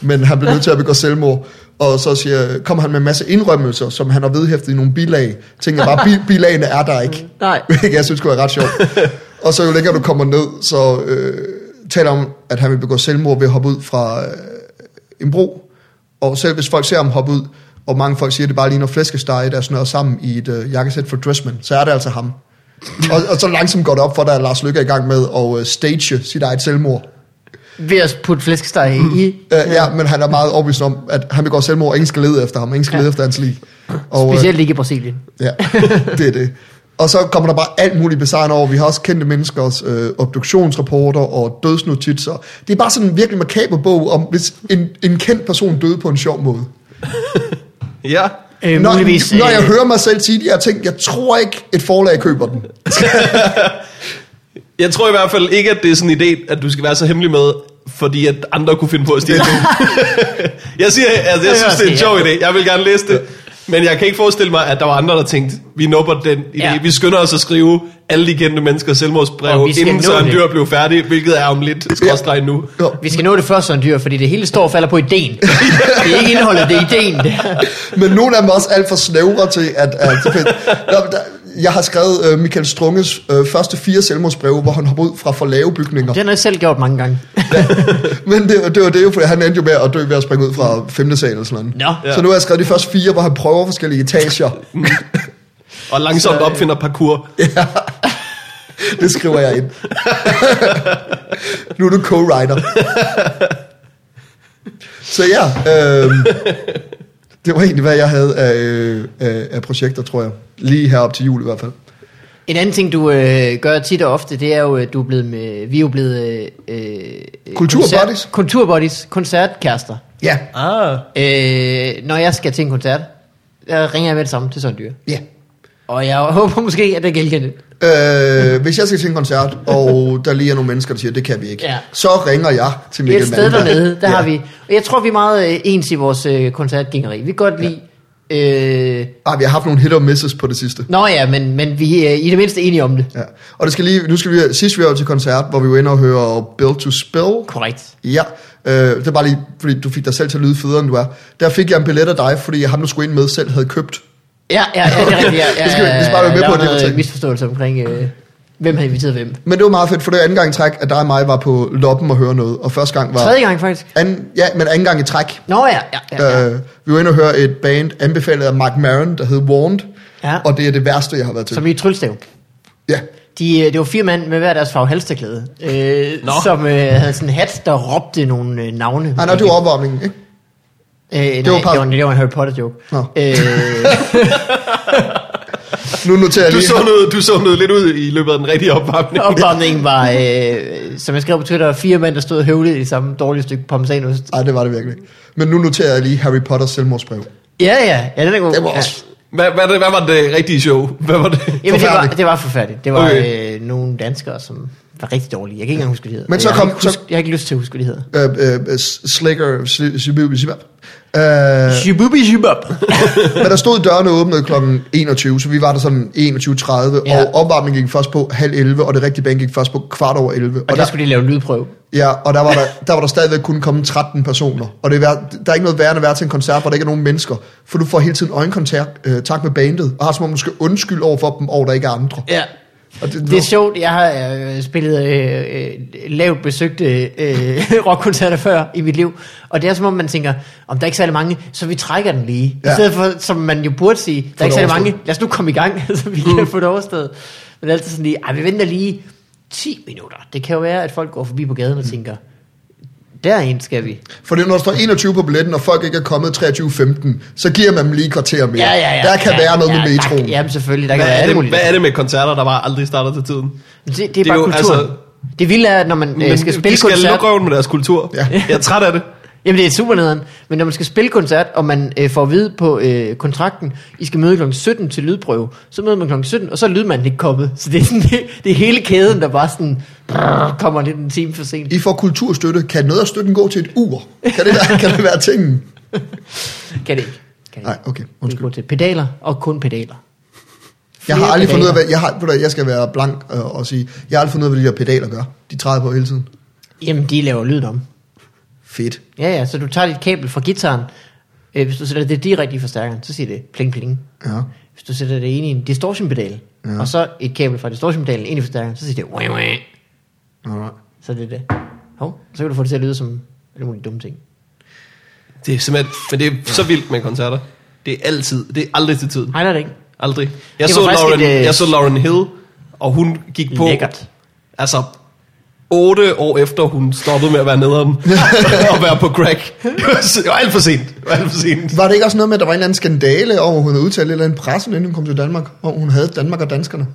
A: men han blev nødt til at begå selvmord. Og så siger, kom han med en masse indrømmelser, som han har vedhæftet i nogle bilag. Tænker bare, bi- bilagene er der ikke.
B: Nej.
A: Hvilket jeg synes det kunne være ret sjovt. Og så jo længere du kommer ned, så øh, taler om, at han vil begå selvmord ved at hoppe ud fra øh, en bro. Og selv hvis folk ser ham hoppe ud, og mange folk siger, at det bare ligner flæskesteg, der er snøret sammen i et øh, jakkesæt for Dressman, så er det altså ham. og, og så langsomt går det op for dig, at Lars Lykke er i gang med at øh, stage sit eget selvmord.
B: Ved at putte flæskesteg i.
A: Øh, ja. ja, men han er meget overbevist om, at han begår selvmord, og ingen skal lede efter ham, ingen skal
B: Ja.
A: lede efter hans lig. Og, øh,
B: Specielt ikke i Brasilien.
A: Ja, det er det. Og så kommer der bare alt muligt bizarre over. Vi har også kendte menneskers øh, obduktionsrapporter og dødsnotitser. Det er bare sådan en virkelig makaber bog om, hvis en, en kendt person døde på en sjov måde.
C: Ja.
B: Øh,
A: når,
B: muligvis,
A: når
B: øh,
A: jeg hører mig selv sige de her ting, jeg tror ikke, et forlag køber den.
C: Jeg tror i hvert fald ikke, at det er sådan en idé, at du skal være så hemmelig med, fordi at andre kunne finde på at stjæle det. jeg siger, altså, jeg synes, det er en sjov idé. Jeg vil gerne læse det. Men jeg kan ikke forestille mig, at der var andre, der tænkte, vi nupper den idé.
B: Ja.
C: Ja. Vi skynder os at skrive alle de kendte menneskers
B: Og
C: selvmordsbrev,
B: vi skal
C: inden
B: nå
C: Søren
B: det.
C: Dyr blev færdig, hvilket er om lidt, skråstreg nu.
A: Jo.
B: Vi skal nå det først, Søren Dyr, fordi det hele står og falder på ideen. Det er ikke indholdet, det er ideen. Det her.
A: Men nogle af dem er også alt for snævre til, at... at Nå, men der, jeg har skrevet øh, Michael Strunges øh, første fire selvmordsbreve, hvor han hopper ud fra for lave bygninger.
B: Den har jeg selv gjort mange gange.
A: Men det, det var det jo, for han endte jo med at dø ved at springe ud fra femte sal eller sådan noget.
B: Nå.
A: Ja. Så nu har jeg skrevet de første fire, hvor han prøver forskellige etager.
C: Og langsomt opfinder parkour.
A: Det skriver jeg ind. nu er du co-writer. Så ja, øh, det var egentlig, hvad jeg havde af, øh, af- af projekter, tror jeg. Lige herop til jul i hvert fald.
B: En anden ting, du øh, gør tit og ofte, det er jo, at du er blevet med, vi er jo blevet... Øh, øh,
A: Kulturbuddies.
B: koncert- Kulturbuddies, koncertkærester.
A: Ja,
C: Ah.
B: Øh, når jeg skal til en koncert, der ringer jeg med det samme til Søren Dyr.
A: ja.
B: Og jeg håber måske, at det kan hjælpe lidt.
A: Øh, hvis jeg skal til en koncert, og der lige er nogle mennesker, der siger, det kan vi ikke,
B: Ja.
A: så ringer jeg til
B: Det er
A: Mikkel
B: et sted
A: Malmberg.
B: dernede, der har vi... Og jeg tror, vi er meget øh, ens i vores øh, koncertgængeri. Vi kan godt lide... Øh,
A: Ah, vi har haft nogle hit og misses på det sidste.
B: nå ja, men, men vi er i det mindste enige om det.
A: Ja. Og det skal lige, nu skal vi, sidst vi var jo til koncert, hvor vi var inde og høre Build to Spill.
B: Korrekt.
A: Ja, øh, det er bare lige, fordi du fik dig selv til at lyde federe, end du er. Der fik jeg en billet af dig, fordi ham, du skulle ind med, selv havde købt.
B: Ja, ja, ja, det er rigtigt. Ja, ja,
A: Det skal vi- det skal bare være med
B: der
A: på,
B: var
A: det er
B: noget
A: ting.
B: misforståelse omkring, øh, hvem har inviteret hvem.
A: Men det var meget fedt, for det var anden gang i træk, at dig og mig var på loppen og høre noget. Og første gang var...
B: Tredje gang faktisk.
A: Anden, ja, men anden gang i træk.
B: Nå ja, ja, ja. ja.
A: Øh, vi var inde og høre et band anbefalet af Mark Maron, der hed Warned.
B: Ja.
A: Og det er det værste, jeg har været til.
B: Som i Tryllestav.
A: Ja.
B: De, øh, det var fire mand med hver deres farve halsterklæde, øh,
C: Nå.
B: som øh, havde sådan en hat, der råbte nogle øh, navne.
A: Ah, nej, det var opvarmningen, ikke?
B: Øh, nej, det,
A: var
B: var
A: par-
B: det, var, en- det var en Harry Potter joke.
A: Nå.
B: Øh,
A: Nu noterer jeg
C: Du
A: lige...
C: så, noget, du så noget lidt ud i løbet af den rigtige opvarmning.
B: opvarmningen var, øh, som jeg skrev på Twitter, fire mænd, der stod og høvlede i det samme dårlige stykke parmesanost.
A: Ej, det var det virkelig. Men nu noterer jeg lige Harry Potters selvmordsbrev.
B: Ja, ja, ja, den er god.
A: Det var
B: ja.
A: også
C: Hvad, hvad, hvad var det rigtige show? Hvad var det?
B: Jamen, det var,
A: forfærdeligt.
B: det var forfærdeligt. Det var
C: Okay.
B: okay. øh, nogle danskere, som var rigtig dårlige. Jeg kan ikke engang huske, hvad de hedder.
A: Men så
B: jeg,
A: kom-
B: har ikke huske,
A: så-
B: jeg har ikke lyst til at huske, hvad de hedder.
A: øh, øh, slikker, sli- shibubi, shibab. Øh,
B: Shibubi shibab.
A: men der stod dørene åbnede kl. 21, så vi var der sådan 21.30,
B: Ja.
A: og opvarmningen gik først på halv 11, og det rigtige band gik først på kvart over 11. Og,
B: Og der skulle de lave en lydprøve.
A: ja, og der, var der, der var der stadigvæk kun kommet 13 personer, og det er vær, der er ikke noget værre end at være til en koncert, hvor der ikke er nogen mennesker, for du får hele tiden øjenkontakt øh, tak med bandet, og har som om du skal undskylde over for dem, og der ikke er andre.
B: Ja.
A: Og
B: Det er sjovt, jeg har øh, spillet øh, øh, lavt besøgte øh, rockkoncerter før i mit liv, og det er som om man tænker, om der er ikke særlig mange, så vi trækker den lige.
A: Ja.
B: I stedet for, som man jo burde sige, der er ikke
A: det
B: særlig mange,
A: overstået.
B: lad os nu komme i gang, så vi
C: Mm.
B: kan få det overstået. Men det er altid sådan lige, ej vi venter lige 10 minutter. Det kan jo være, at folk går forbi på gaden
C: Mm.
B: og tænker, derind skal vi.
A: For det er, når der står 21 på billetten, og folk ikke er kommet 23.15, så giver man dem lige et kvarter mere. der kan være noget med metroen.
B: Der, jamen selvfølgelig, der kan
C: Hvad
B: være
C: er,
B: alt
C: det,
B: muligt.
C: hvad er det med koncerter, der bare aldrig starter til tiden?
B: Det, det, er bare
C: jo,
B: kulturen.
C: altså-
B: det vilde er, at når man øh,
C: Men
B: skal spille
C: de skal
B: koncert,
C: lukke røven med deres kultur.
A: Ja.
C: Ja. Jeg er træt af det.
B: Jamen det er super nederen, men når man skal spille koncert, og man øh, får at vide på øh, kontrakten, I skal møde kl. 17 til lydprøve, så møder man kl. 17, og så er lydmanden ikke kommet. Så det er, sådan, det, det er hele kæden, der bare sådan brrr, kommer lidt en time for sent.
A: I får kulturstøtte. Kan noget af støtten gå til et ur? Kan det være, kan det være tingen?
B: Kan det ikke. Kan det
A: Nej,
B: ikke.
A: okay.
B: Det kan
A: Undskyld.
B: gå til pedaler, og kun pedaler.
A: Jeg har
B: Flere
A: aldrig fundet ud af,
B: pedaler.
A: hvad, jeg, har, ved du hvad, jeg skal være blank øh, og sige, jeg har aldrig fundet ud af, hvad de der pedaler gør. De træder på hele tiden.
B: Jamen, de laver lyd om.
A: Fedt.
B: Ja, ja, så du tager dit kabel fra gitaren, øh, hvis du sætter det direkte i forstærkeren, så siger det pling pling.
A: Ja.
B: Hvis du sætter det ind i en distortionpedal,
A: Ja.
B: ja. og så et kabel fra distortionpedalen ind i forstærkeren, så siger det wah, wah.
A: Alright.
B: Så er det er det. Hov, så kan du få det til at lyde som alle mulige dumme ting.
C: Det er simpelthen, men det er så vildt med koncerter. Det er altid, det er aldrig til tiden.
B: Nej, nej, det er ikke.
C: Aldrig. Jeg
B: Det
C: så,
B: var faktisk
C: Lauren,
B: et, øh,
C: jeg så Lauren Hill, og hun gik på...
B: Lækkert.
C: Altså, otte år efter hun stoppede med at være nederen og være på crack. Det var, s- det var alt for sent. Det var alt for sent.
A: Var det ikke også noget med, at der var en eller anden skandale over, at hun havde udtalt et eller andet pressen, inden hun kom til Danmark, hvor hun havde Danmark og danskerne?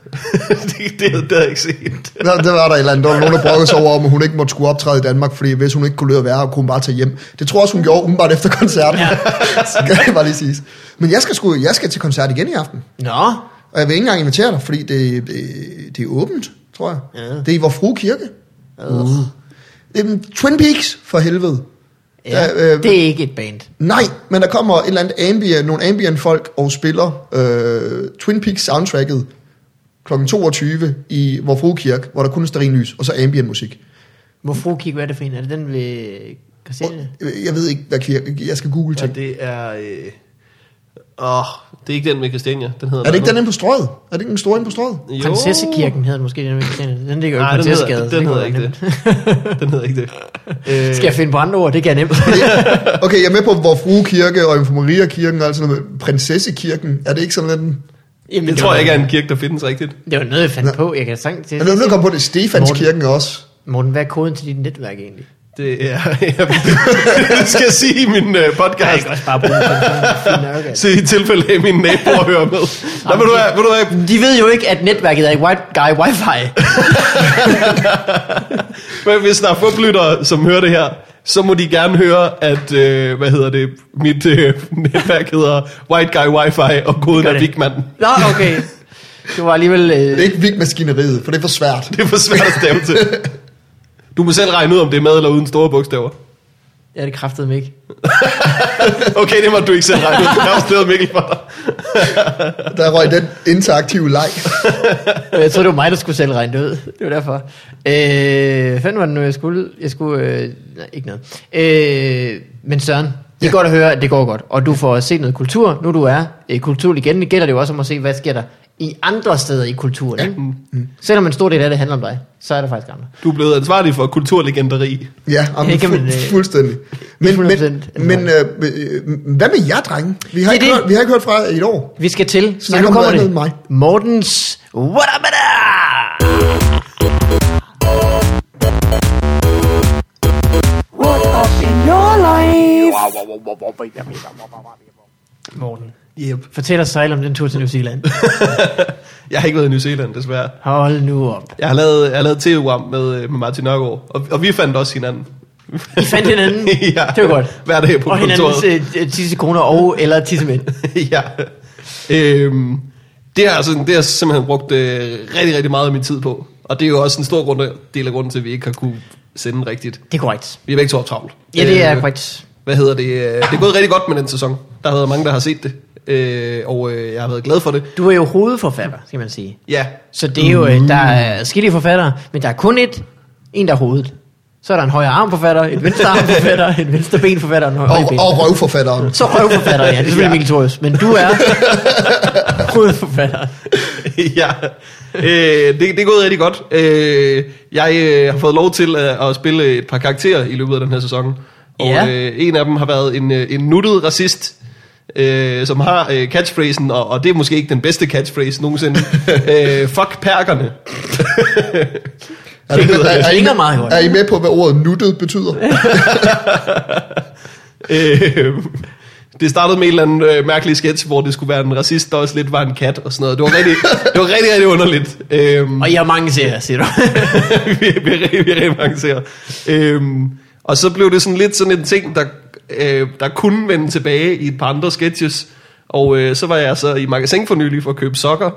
C: det, det, havde, det havde jeg ikke set.
A: Der, der var der et eller andet. Der var nogen, der brokkede sig over, om at hun ikke måtte skulle optræde i Danmark, fordi hvis hun ikke kunne lide at være her, kunne hun bare tage hjem. Det tror jeg også, hun gjorde umiddelbart efter koncerten. Ja. skal jeg bare lige sige. Men jeg skal, sgu, jeg skal til koncert igen i aften.
B: Nå,
A: Og jeg vil ikke engang invitere dig, fordi det, det, det er åbent, tror jeg.
B: Ja.
A: Det er i Vor Frue Kirke. Uh. Jamen, Twin Peaks, for helvede.
B: ja,
A: Ja, øh,
B: det er ikke et band.
A: Nej, men der kommer et eller andet ambient, nogle ambient folk og spiller øh, Twin Peaks soundtracket kl. 22 i Vor Frue Kirke, hvor der kun er sterinlys, og så ambient musik.
B: Hvor fru kigge, hvad er det for en? Er det den ved Christiania?
A: øh, Jeg ved ikke, hvad kirke, jeg skal google
C: Ja,
A: ting.
C: det er... Øh, åh, det er ikke den med Christiania. Den hedder
A: Er det ikke den inde på strøget? Er det ikke den store inde på strøget?
C: Jo.
B: Prinsessekirken hedder den måske, den ved Christiania. Den ligger jo i
C: Nej, den
B: Prinsessegade.
C: hedder, den
B: kunne
C: hedder
B: være
C: ikke
B: nemt.
C: det. Den hedder ikke det. Øh,
B: Skal jeg finde brandord? Det kan jeg nemt.
A: Okay, jeg er med på Vor Frue Kirke og Maria Kirken og alt sådan noget. men Prinsessekirken, er det ikke sådan lidt en...
B: Jamen,
C: det tror jeg ikke er en kirke, der findes rigtigt.
B: Det var noget, jeg fandt på. Jeg kan sange til.
A: Jeg er nødt til at komme på det. Stefanskirken er også.
B: Morten, hvad er koden til dit netværk egentlig?
C: Det er... det skal jeg sige i min øh, podcast.
B: også bare bruge telefonen.
C: Så i tilfælde af at mine naboer hører med. Nej, men du hvad, ved du hvad,
B: De ved jo ikke, at netværket er i White Guy Wi-Fi.
C: Men hvis der er fuglyttere, som hører det her, så må de gerne høre, at, øh, hvad hedder det, mit øh, netværk hedder White Guy Wi-Fi, og koden
B: Gør
C: er
B: det.
C: Vigman.
B: Nå, okay. Det var alligevel...
A: Det er
B: Øh,
A: ikke vildt maskineriet, for det er for svært.
C: Det er for svært at stemme til. Du må selv regne ud, om det er med eller uden store bogstaver.
B: ja, det kræftede mig ikke.
C: Okay, det må du ikke selv regne ud. Jeg har stedet Mikkel for dig.
A: Der røg den interaktive leg.
B: Jeg tror det var mig, der skulle selv regne det ud. Det var derfor. Øh, hvad fanden var det nu, jeg skulle? Jeg skulle... Øh, nej, ikke noget. Øh, men Søren, det er
A: Ja.
B: godt at høre, at det går godt. Og du får set noget kultur, nu du er øh, kultur igen. Det gælder det jo også om at se, hvad sker der i andre steder i kulturen. Ja. Mm. Selvom en stor del af det handler om dig, så er der faktisk andre.
C: Du er blevet ansvarlig for kulturlegenderi.
A: Ja, om
B: Det kan man,
A: fu-
B: øh,
A: fuldstændig. Men, men,
B: 100%
A: men øh, øh, hvad med jer, drenge? Vi har,
B: Det er
A: ikke
B: det.
A: hørt, vi har ikke hørt fra jer i et år.
B: Vi skal til, så
A: Snak
B: nu
A: om
B: kommer
A: noget
B: det.
A: andet end
B: Mortens What Up It Up!
D: What up in your life?
B: Morten,
C: Yep.
B: fortæl os sejl om den tur til New Zealand.
C: Jeg har ikke været i New Zealand, desværre.
B: Hold nu op.
C: Jeg har lavet, jeg har lavet tv-program med, øh, med Martin Nørgaard, og, og vi fandt også hinanden.
B: I fandt hinanden.
C: ja.
B: Det var godt.
C: Hver dag på
B: Og
C: kontoret.
B: hinandens øh, tissekoner og eller tissemænd.
C: ja. Øhm, det, har, sådan, det har jeg simpelthen brugt øh, rigtig, rigtig meget af min tid på. Og det er jo også en stor grund, del af grunden til, at vi ikke har kunne sende rigtigt.
B: Det er korrekt.
C: Vi er begge to Øh, haft travlt.
B: Ja, det er korrekt.
C: Hvad hedder det? øh, Det er gået rigtig godt med den sæson. Der har været mange, der har set det. Øh, og øh, jeg har været glad for det.
B: Du er jo hovedforfatter, skal man sige.
C: Ja,
B: Så det er jo, øh, der
A: Mm.
B: er forskellige forfattere, men der er kun et, en der er hovedet. Så er der en højre armforfatter, en venstre armforfatter, en venstre benforfatter, en højre
A: Og,
B: ben.
A: og røvforfatteren.
B: Så røvforfatter, ja, det er selvfølgelig Mikkel Thorius, men du er hovedforfatter.
C: ja, øh, det, det er gået rigtig godt. Øh, jeg øh, har fået lov til at, at spille et par karakterer i løbet af den her sæson. Og
B: Ja.
C: øh, en af dem har været en, øh, en nuttet racist, øh, som har øh, catchphrasen, og, og det er måske ikke den bedste catchphrase nogensinde. øh, fuck perkerne.
A: Er, det, er, er, I
B: klinger meget
A: med,
B: godt.
A: er I med på, hvad ordet nuttet betyder?
C: Øh, det startede med en eller anden øh, mærkelig sketch, hvor det skulle være en racist, der også lidt var en kat og sådan noget. Det var rigtig, det var rigtig, rigtig underligt. Øh,
B: Og jeg har mange serier, siger du.
C: vi, vi, vi, vi revancerer. Øhm, og så blev det sådan lidt sådan en ting, der, øh, der kunne vende tilbage i et par andre sketches. Og øh, så var jeg så i magasin for nylig for at købe sokker,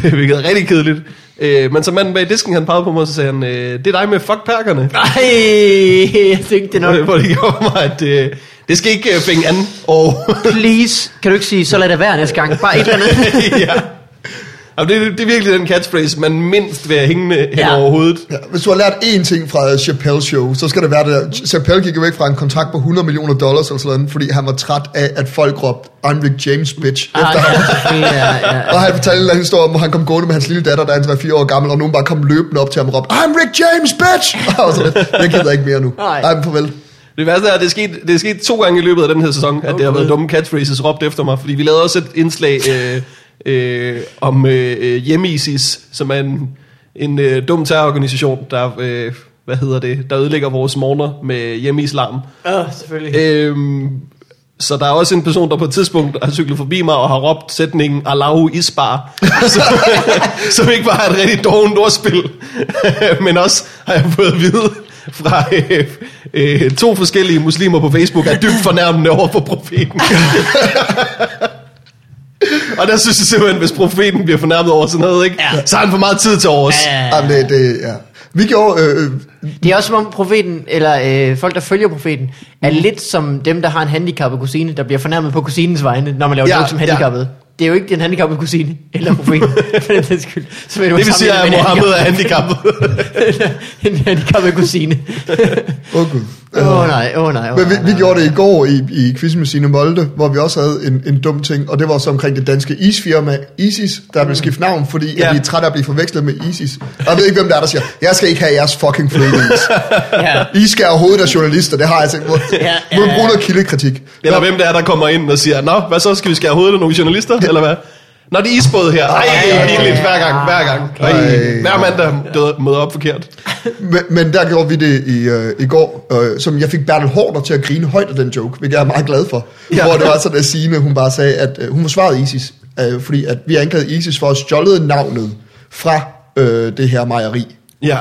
C: hvilket er rigtig kedeligt. Øh, men så manden bag disken, han pegede på mig, og så sagde han, øh, det er dig med fuckperkerne.
B: Nej, jeg tænkte det
C: Hvor det,
B: nok.
C: hvor det gjorde mig, at øh, det skal ikke øh, fænge an. Og
B: Please, kan du ikke sige, så lad det være næste gang. Bare et eller andet.
C: ja. Jamen, det, det er virkelig den catchphrase, man mindst vil have hængende hen
B: Ja.
C: over hovedet.
A: Ja, hvis du har lært én ting fra Chappelle Show, så skal det være det der. Chappelle gik jo væk fra en kontrakt på 100 millioner dollars eller sådan noget, fordi han var træt af, at folk råbte, I'm Rick James, bitch.
B: Ah, ja, selvfølgelig, ja, ja.
A: Og han fortalte en eller anden historie om, at han kom gående med hans lille datter, der er 3-4 år gammel, og nogen bare kom løbende op til ham og råbte, I'm Rick James, bitch! Og så lidt, jeg gider ikke mere nu.
B: Nej.
A: Ej, men farvel.
C: Det værste er, at det er, sket, det er sket to gange i løbet af den her sæson, at det har været
B: Okay.
C: dumme catchphrases råbt efter mig, fordi vi lavede også et indslag øh, øh, om øh, øh, hjemmeisis, som er en, en øh, dum terrororganisation, der, øh, hvad hedder det, der ødelægger vores morgener med hjemmeislam.
B: Åh, selvfølgelig.
C: Øhm, så der er også en person, der på et tidspunkt har cyklet forbi mig og har råbt sætningen Allahu Isbar, som, som ikke bare er et rigtig dårligt ordspil, men også har jeg fået at vide fra øh, øh, to forskellige muslimer på Facebook, er dybt fornærmende over for profeten. og der synes jeg simpelthen, hvis profeten bliver fornærmet over sådan noget, ikke, ja. så har han for meget tid til overs.
B: Ja, ja, ja.
A: Ej, men det, det, ja. Vi gjorde, øh, øh,
B: Det er også som om profeten, eller øh, folk, der følger profeten, er lidt som dem, der har en handicappet kusine, der bliver fornærmet på kusinens vegne, når man laver
C: Ja,
B: ja, jokes som
C: ja.
B: handicappet. Det er jo ikke den handicappede kusine, eller profeten, for den sags skyld. Så vil
C: Det vil sige, at Mohammed er handicappet.
B: en handicappet kusine.
A: åh oh, gud.
B: Åh oh, nej, åh oh, nej, åh oh,
A: Men vi,
B: nej,
A: vi
B: nej.
A: gjorde det i går i, i quizzen med Signe Molde, hvor vi også havde en, en dum ting, og det var så omkring det danske isfirma ISIS, der
B: Mm.
A: blev skiftet navn, fordi
C: Ja.
A: ja. vi er trætte af at blive forvekslet med ISIS. Og jeg ved ikke, hvem der er, der siger, jeg skal ikke have jeres fucking fløde is.
B: Ja.
A: I skal overhovedet af journalister, det har jeg tænkt på.
B: Ja,
A: Ja,
B: ja,
A: ja, ja.
B: ja.
A: bruge noget kildekritik.
C: Eller hvem det er, der kommer ind og siger, Nå, hvad så, skal vi skære hovedet af nogle journalister, eller hvad? Nå, det er isbåd her. Ej, det er pinligt hver gang, hver gang. Ej,
A: Ej.
C: hver mandag død- møder op forkert.
A: Men, men der gjorde vi det i, øh, i går, øh, som jeg fik Bertel Hårder til at grine højt af den joke, hvilket jeg er meget glad for.
C: Ja.
A: Ja. Hvor det var sådan, at Signe, hun bare sagde, at øh, hun forsvarede ISIS, øh, fordi at vi anklagede ISIS for at have stjålet navnet fra øh, det her mejeri.
C: Ja.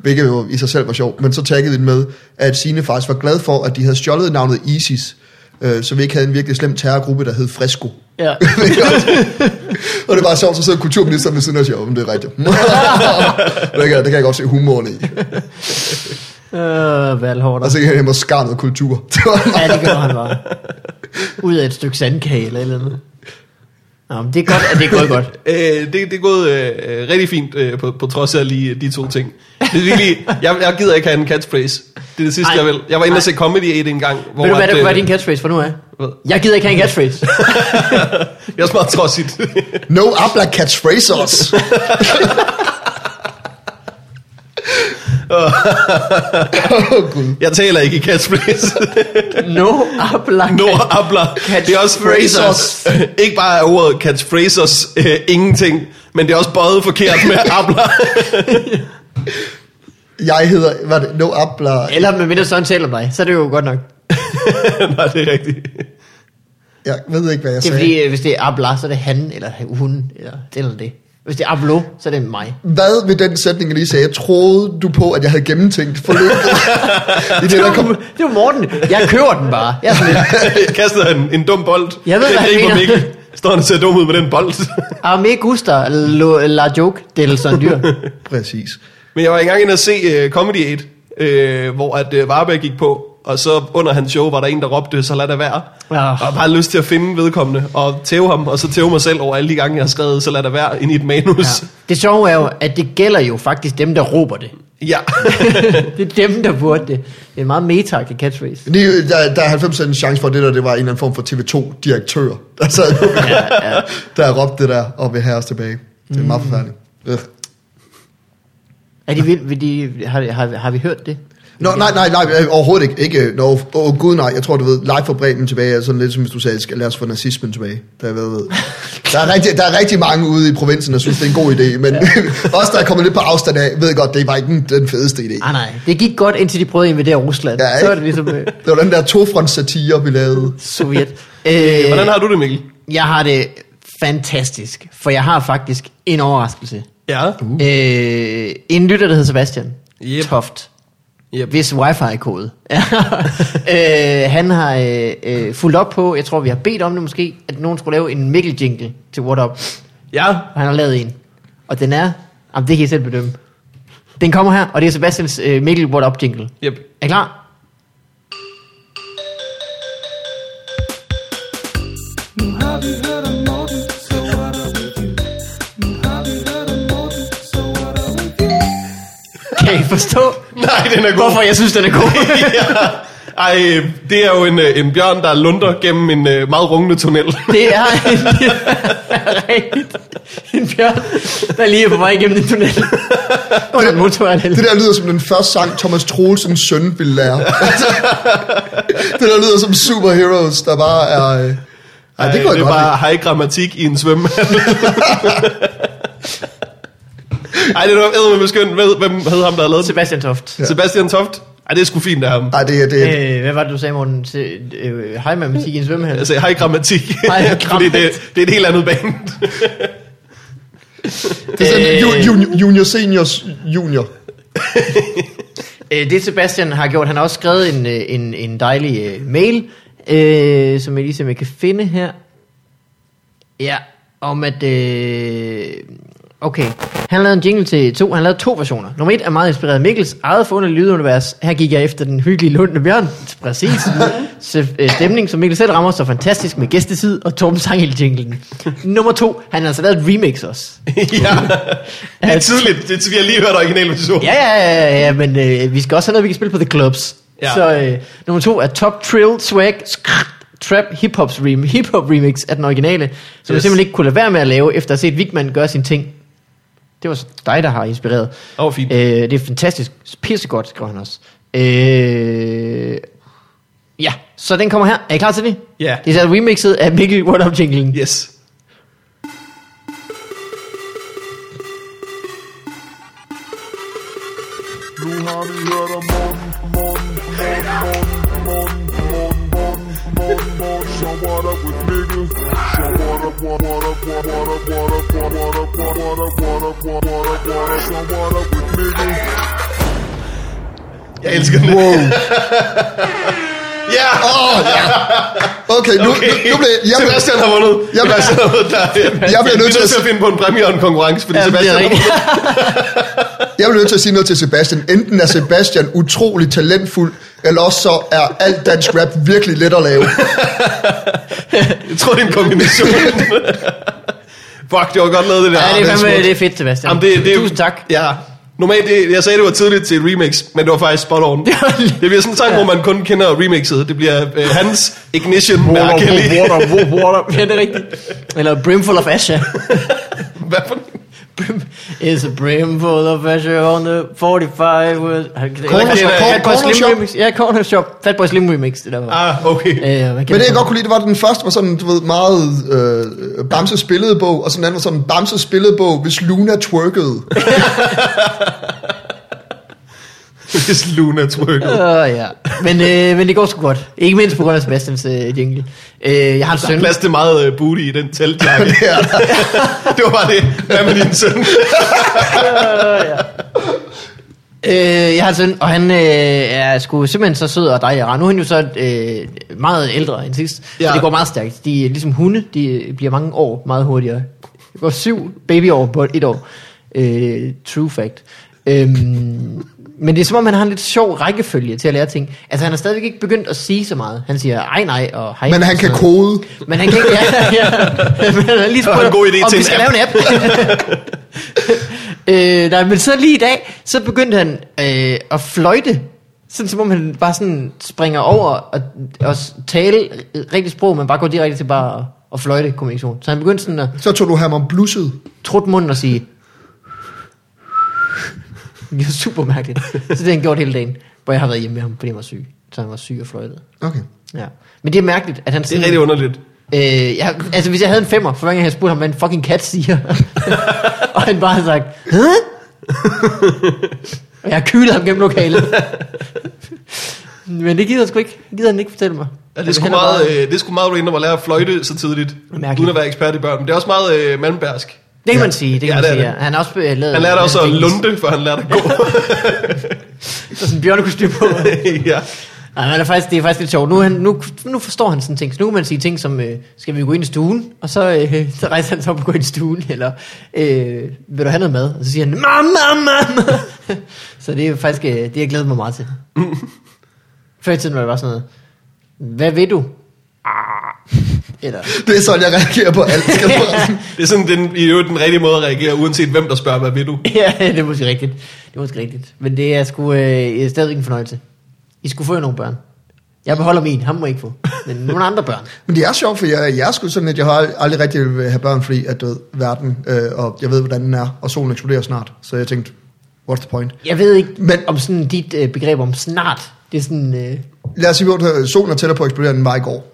A: Hvilket jo i sig selv var sjovt, men så taggede den med, at Signe faktisk var glad for, at de havde stjålet navnet ISIS, øh, så vi ikke havde en virkelig slem terrorgruppe, der hed Fresco.
B: Ja.
A: og det var sjovt, så sidder kulturministeren ved siden og siger, "Åh, men det er rigtigt. det, kan, det kan jeg godt se humoren i.
B: Øh, Valhård.
A: Og så gik han hjem og skar noget kultur. Det var meget-
B: Ja, det gjorde han bare. Ud af et stykke sandkage eller et eller andet. Nå, men det er godt, at det er gået godt.
C: Øh, det, det er gået øh, rigtig fint, øh, på, på trods af lige de to ting. Det er virkelig, jeg, jeg gider ikke have en catchphrase. Det er det sidste, Ej.
B: Ej.
C: jeg vil. Jeg var inde og
B: Ej.
C: se Comedy 8 en gang. Hvor
B: Ved du, hvad,
C: at,
B: der,
C: øh,
B: hvad er din catchphrase for nu af?
C: Hvad?
B: Jeg gider ikke have en catchphrase.
C: Det er også meget trodsigt.
A: No abla catchphrases. Åh, oh, Gud.
C: jeg taler ikke i catchphrase.
B: No uplock.
C: No abler. Det er også
A: Catchphrases.
C: phrases. Ikke bare er ordet catchphrases øh, ingenting, men det er også bøjet forkert med abler.
A: Jeg hedder, hvad er det? No abla.
B: Eller med mindre Søren taler dig, så er det jo godt nok.
C: Nej, det er rigtigt.
A: Jeg ved ikke, hvad jeg
B: Det
A: sagde.
B: er fordi, øh, hvis det er abla, så er det han, eller hun, eller det eller det. Hvis det er ablo, så er det mig.
A: Hvad ved den sætning, jeg lige sagde, troede du på, at jeg havde gennemtænkt forløbet? I det,
B: Det
A: der
B: var,
A: kom...
B: det var Morten. Jeg kører den bare. Jeg er sådan lidt,
C: Kastede han en dum bold.
B: Jeg ved,
C: Den
B: hvad han
C: griber
B: mener.
C: Mikkel. Står han og ser dum ud med den bold.
B: ah, me gusta lo, la joke del sådan dyr.
A: Præcis.
C: Men jeg var engang inde og se uh, Comedy 8, uh, hvor at uh, Varberg gik på, og så under hans show var der en, der råbte, så lad det være.
B: Ja.
C: Og jeg har bare lyst til at finde vedkommende, og tæve ham, og så tæve mig selv over alle de gange, jeg har skrevet, så lad det være, ind i et manus.
B: Ja. Det sjove er jo, at det gælder jo faktisk dem, der råber det.
C: Ja.
B: Det er dem, der burde det. Det er en meget meta catchphrase.
A: Lige, der, der er 90% chance for, at det der det var en eller anden form for TV2-direktør, der sad
B: Ja, Mm. ja.
A: der råbte det der, og vil have os tilbage. Det er meget forfærdeligt. Øh.
B: Er de vild, vil de, har, har, har vi hørt det?
A: Nå, nej, nej, nej, øh, overhovedet ikke. ikke øh, Nå, åh, gud nej, jeg tror, du ved, live fra Bremen tilbage er sådan lidt som, hvis du sagde, skal lad os få nazismen tilbage. Der er, ved, ved. Der er, rigtig, der er rigtig mange ude i provinsen, der synes, det er en god idé, men os, der er kommet lidt på afstand af, ved godt, det var ikke den, den fedeste idé.
B: Ah, nej. Det gik godt, indtil de prøvede at invadere Rusland.
A: Ja,
B: så var
A: ikke?
B: det ligesom øh,
A: Det var den der tofronts-satire, vi lavede.
B: Sovjet.
C: Hvordan
B: Øh,
C: har du det, Mikkel?
B: jeg har det fantastisk, for jeg har faktisk en overraskelse.
C: Ja.
B: Uh. Øh, en lytter, der hedder Sebastian
C: Yep.
B: Toft,
C: Yep.
B: hvis wifi-kode. øh, han har øh, øh, fulgt op på, jeg tror vi har bedt om det måske, at nogen skulle lave en Mikkel-jingle til What Up.
C: Ja.
B: Og han har lavet en. Og den er, jamen det kan I selv bedømme. Den kommer her, og det er Sebastians øh, Mikkel What Up jingle.
C: Yep.
B: Er I klar?
E: Nu har vi hørt om Morten, så what up with you? Nu har vi
B: forstå,
C: Nej, den er god.
B: hvorfor jeg synes, den er god.
C: ja. Ej, det er jo en, øh, en bjørn, der lunder gennem en øh, meget rungende tunnel.
B: Det er en, rigtigt. en bjørn, der lige er på vej igennem en tunnel. Under en motorvej.
A: Det der lyder som den første sang, Thomas Troelsens søn ville lære. det der lyder som superheroes, der bare er... Øh... Ej, det går
C: det
A: jeg
C: er
A: godt
C: bare hej grammatik i en svømmehal. Ej, det var eddermame skønt. Hvad, hvem hed ham, der havde lavet den?
B: Sebastian Toft.
A: Ja.
C: Sebastian Toft? Ej, det er sgu fint af ham.
A: Nej, det, er- det, er-
B: Øh, hvad var det, du sagde, Morten? Se- øh, Hej med musik i en svømmehal.
C: Altså, hej grammatik.
B: Hej,
C: Fordi det,
B: grammatik.
C: det er et helt andet band.
A: det er
C: Øh,
A: sådan ju- junior, junior, seniors, junior.
B: Øh, det Sebastian har gjort, han har også skrevet en, øh, en, en dejlig øh, mail, øh, som jeg lige ser, om jeg kan finde her. Ja, om at... Øh, okay, han lavede en jingle til to, han lavede to versioner. Nummer et er meget inspireret af Mikkels eget forunderlige lydunivers. Her gik jeg efter den hyggelige lundende bjørn. Præcis. Så, øh, stemning, som Mikkel selv rammer så fantastisk med gæstetid og Torben Sangel jinglen. Nummer to, han har altså lavet et remix også.
C: ja. Det er tidligt. Det er, vi har lige hørt originalversionen.
B: Ja, ja, ja, ja, ja, men øh, vi skal også have noget, vi kan spille på The Clubs.
C: Ja.
B: Ja. Så øh, nummer to er Top Trill Swag Skr- Trap Hip Hop's rem- Hip Hop Remix af den originale, som
C: Yes.
B: yes. jeg simpelthen ikke kunne lade være med at lave, efter at have set Vigman gøre sine ting. Det var så dig, der har inspireret.
C: Åh, oh, fint.
B: Øh, det er fantastisk. Pissegodt, skrev han også. Øh, ja, så den kommer her. Er I klar til det?
C: Ja.
B: Det er så remixet af Mikkel What Up Jinglen.
C: Yes. Jeg elsker den.
A: Wow.
C: Ja!
A: Åh, ja. Okay, nu, okay. nu, nu blev jeg... blev-
C: Sebastian har vundet.
A: Jeg blev-
C: Sebastian har vundet. Der,
A: Jeg blev
C: Vi er
A: nødt til at-
C: til at finde på en præmie og en konkurrence, fordi
B: Ja, det er
C: Sebastian har
B: rigtigt.
C: vundet.
A: Jeg bliver nødt til at sige noget til Sebastian. Enten er Sebastian utrolig talentfuld, eller også så er alt dansk rap virkelig let at lave.
C: Jeg tror, det er en kombination. Fuck, det var godt lavet det der.
B: Ja, det er,
C: smukt.
B: fandme, det er fedt, Sebastian.
C: Jamen, det, det,
B: Tusind tak.
C: Ja. Normalt, det, jeg sagde, det var tidligt til et remix, men det var faktisk spot on. Det
B: var lidt-
C: bliver sådan en sang, ja.
B: Ja.
C: hvor man kun kender remixet. Det bliver øh, hans Ignition med R.
B: Water,
C: Kelly.
B: water, water, water. Ja, det er rigtigt. Eller Brimful of Asha.
C: Hvad for en?
B: Brim, it's a brimful of Asha on the 45. With...
A: Corner
C: shop,
B: Fat Boy
A: corner
B: Slim
A: shop.
B: Remix. Ja, Corner Shop. Fatboy Slim Remix, det der var.
C: Ah, okay.
B: Øh, hvad
A: Men det jeg
B: kalder
A: godt kunne lide, det var at den første var sådan, du ved, meget øh, Bamses billedbog, og sådan den anden var sådan Bamses billedbog, hvis Luna twerkede.
C: Hvis Luna twerkede.
B: Åh, ja. Men, øh, men det går sgu godt. Ikke mindst på grund af Sebastians øh, jingle. Øh, jeg har en søn.
C: Plads til meget øh, booty i den teltjakke.
A: Ja.
C: det var bare det. Hvad med din søn?
B: Øh, jeg har en søn, og han øh, er sgu simpelthen så sød og dejlig at rende. Nu er han jo så øh, meget ældre end sidst, ja.
C: Ja.
B: så det går meget stærkt. De er ligesom hunde, de øh, bliver mange år meget hurtigere. Det går syv babyår på et år. Øh, true fact. Øhm, men det er som om, han har en lidt sjov rækkefølge til at lære ting. Altså, han har stadigvæk ikke begyndt at sige så meget. Han siger ej nej og hej.
A: Men
B: og
A: han
B: sådan
A: kan
B: noget.
A: kode.
B: Men han kan ikke, ja, ja. Men han har lige
C: Og
B: spurgt,
C: en god idé
B: om
C: til
B: vi
C: en
B: skal
C: app.
B: lave en app. øh, nej, men så lige i dag, så begyndte han øh, at fløjte. Sådan som om han bare sådan springer over og, og s- tale rigtigt sprog, men bare går direkte til bare at, at fløjte kommunikation. Så han begyndte sådan at
A: Så tog du ham om blusset.
B: trutte munden og sige... Det var super mærkeligt. Så det har han gjort hele dagen, hvor jeg har været hjemme med ham, fordi han var syg. Så han var syg og fløjtede.
A: Okay.
B: Ja. Men det er mærkeligt, at han
C: Det er
B: sådan,
C: rigtig underligt.
B: Øh, jeg, altså hvis jeg havde en femmer, for hver gang jeg spurgte ham, hvad en fucking kat siger, og han bare havde sagt, Hæ? og jeg kylede ham gennem lokalet. Men det gider, han sgu ikke. det gider han ikke fortælle mig.
C: Ja, det, er
B: Altså,
C: sgu
B: han er
C: meget,
B: bare-
C: øh, det er sgu meget random at lære at fløjte så tidligt,
B: Mærkeligt.
C: uden at være ekspert i børn. Men det er også meget øh, malmbærsk.
B: Det kan man sige, det kan
C: Ja,
B: man
C: det er
B: sige,
C: det.
B: ja. Han, er også, øh, lavet,
C: Han lærte også at
B: ting,
C: lunde, for han lærte at gå.
B: Så sådan en bjørnekostyme på.
C: ja.
B: Nej, men det er faktisk, det er faktisk lidt sjovt. Nu, er han, nu, nu forstår han sådan ting. Så nu kan man sige ting som, øh, skal vi gå ind i stuen? Og så, øh, så rejser han sig op og går ind i stuen. Eller, øh, vil du have noget mad? Og så siger han, mamma, mamma. så det er faktisk, øh, det har jeg glædet mig meget til. Før i tiden var det bare sådan noget, hvad vil du? Ah. Eller,
A: Det er sådan, jeg reagerer på alt. Skal jeg bare-
C: Det er sådan den, i øvrigt den rigtige måde at reagere, uanset hvem der spørger, hvad ved du?
B: ja, det er måske rigtigt. Det er måske rigtigt. Men det er sgu øh, stadigvæk en fornøjelse. I skulle få jer nogle børn. Jeg beholder min, ham må I ikke få. Men nogle andre børn.
A: Men det er sjovt, for jeg, jeg er sgu sådan, at jeg har ald- aldrig rigtig vil have børn, fordi at, du ved, verden, øh, og jeg ved, hvordan den er, og solen eksploderer snart. Så jeg tænkte, what's the point?
B: Jeg ved ikke, Men,
A: Men-
B: om sådan dit øh, begreb om snart, det er sådan øh,
A: Lad os sige, at solen er tættere på at eksplodere, end den var i går.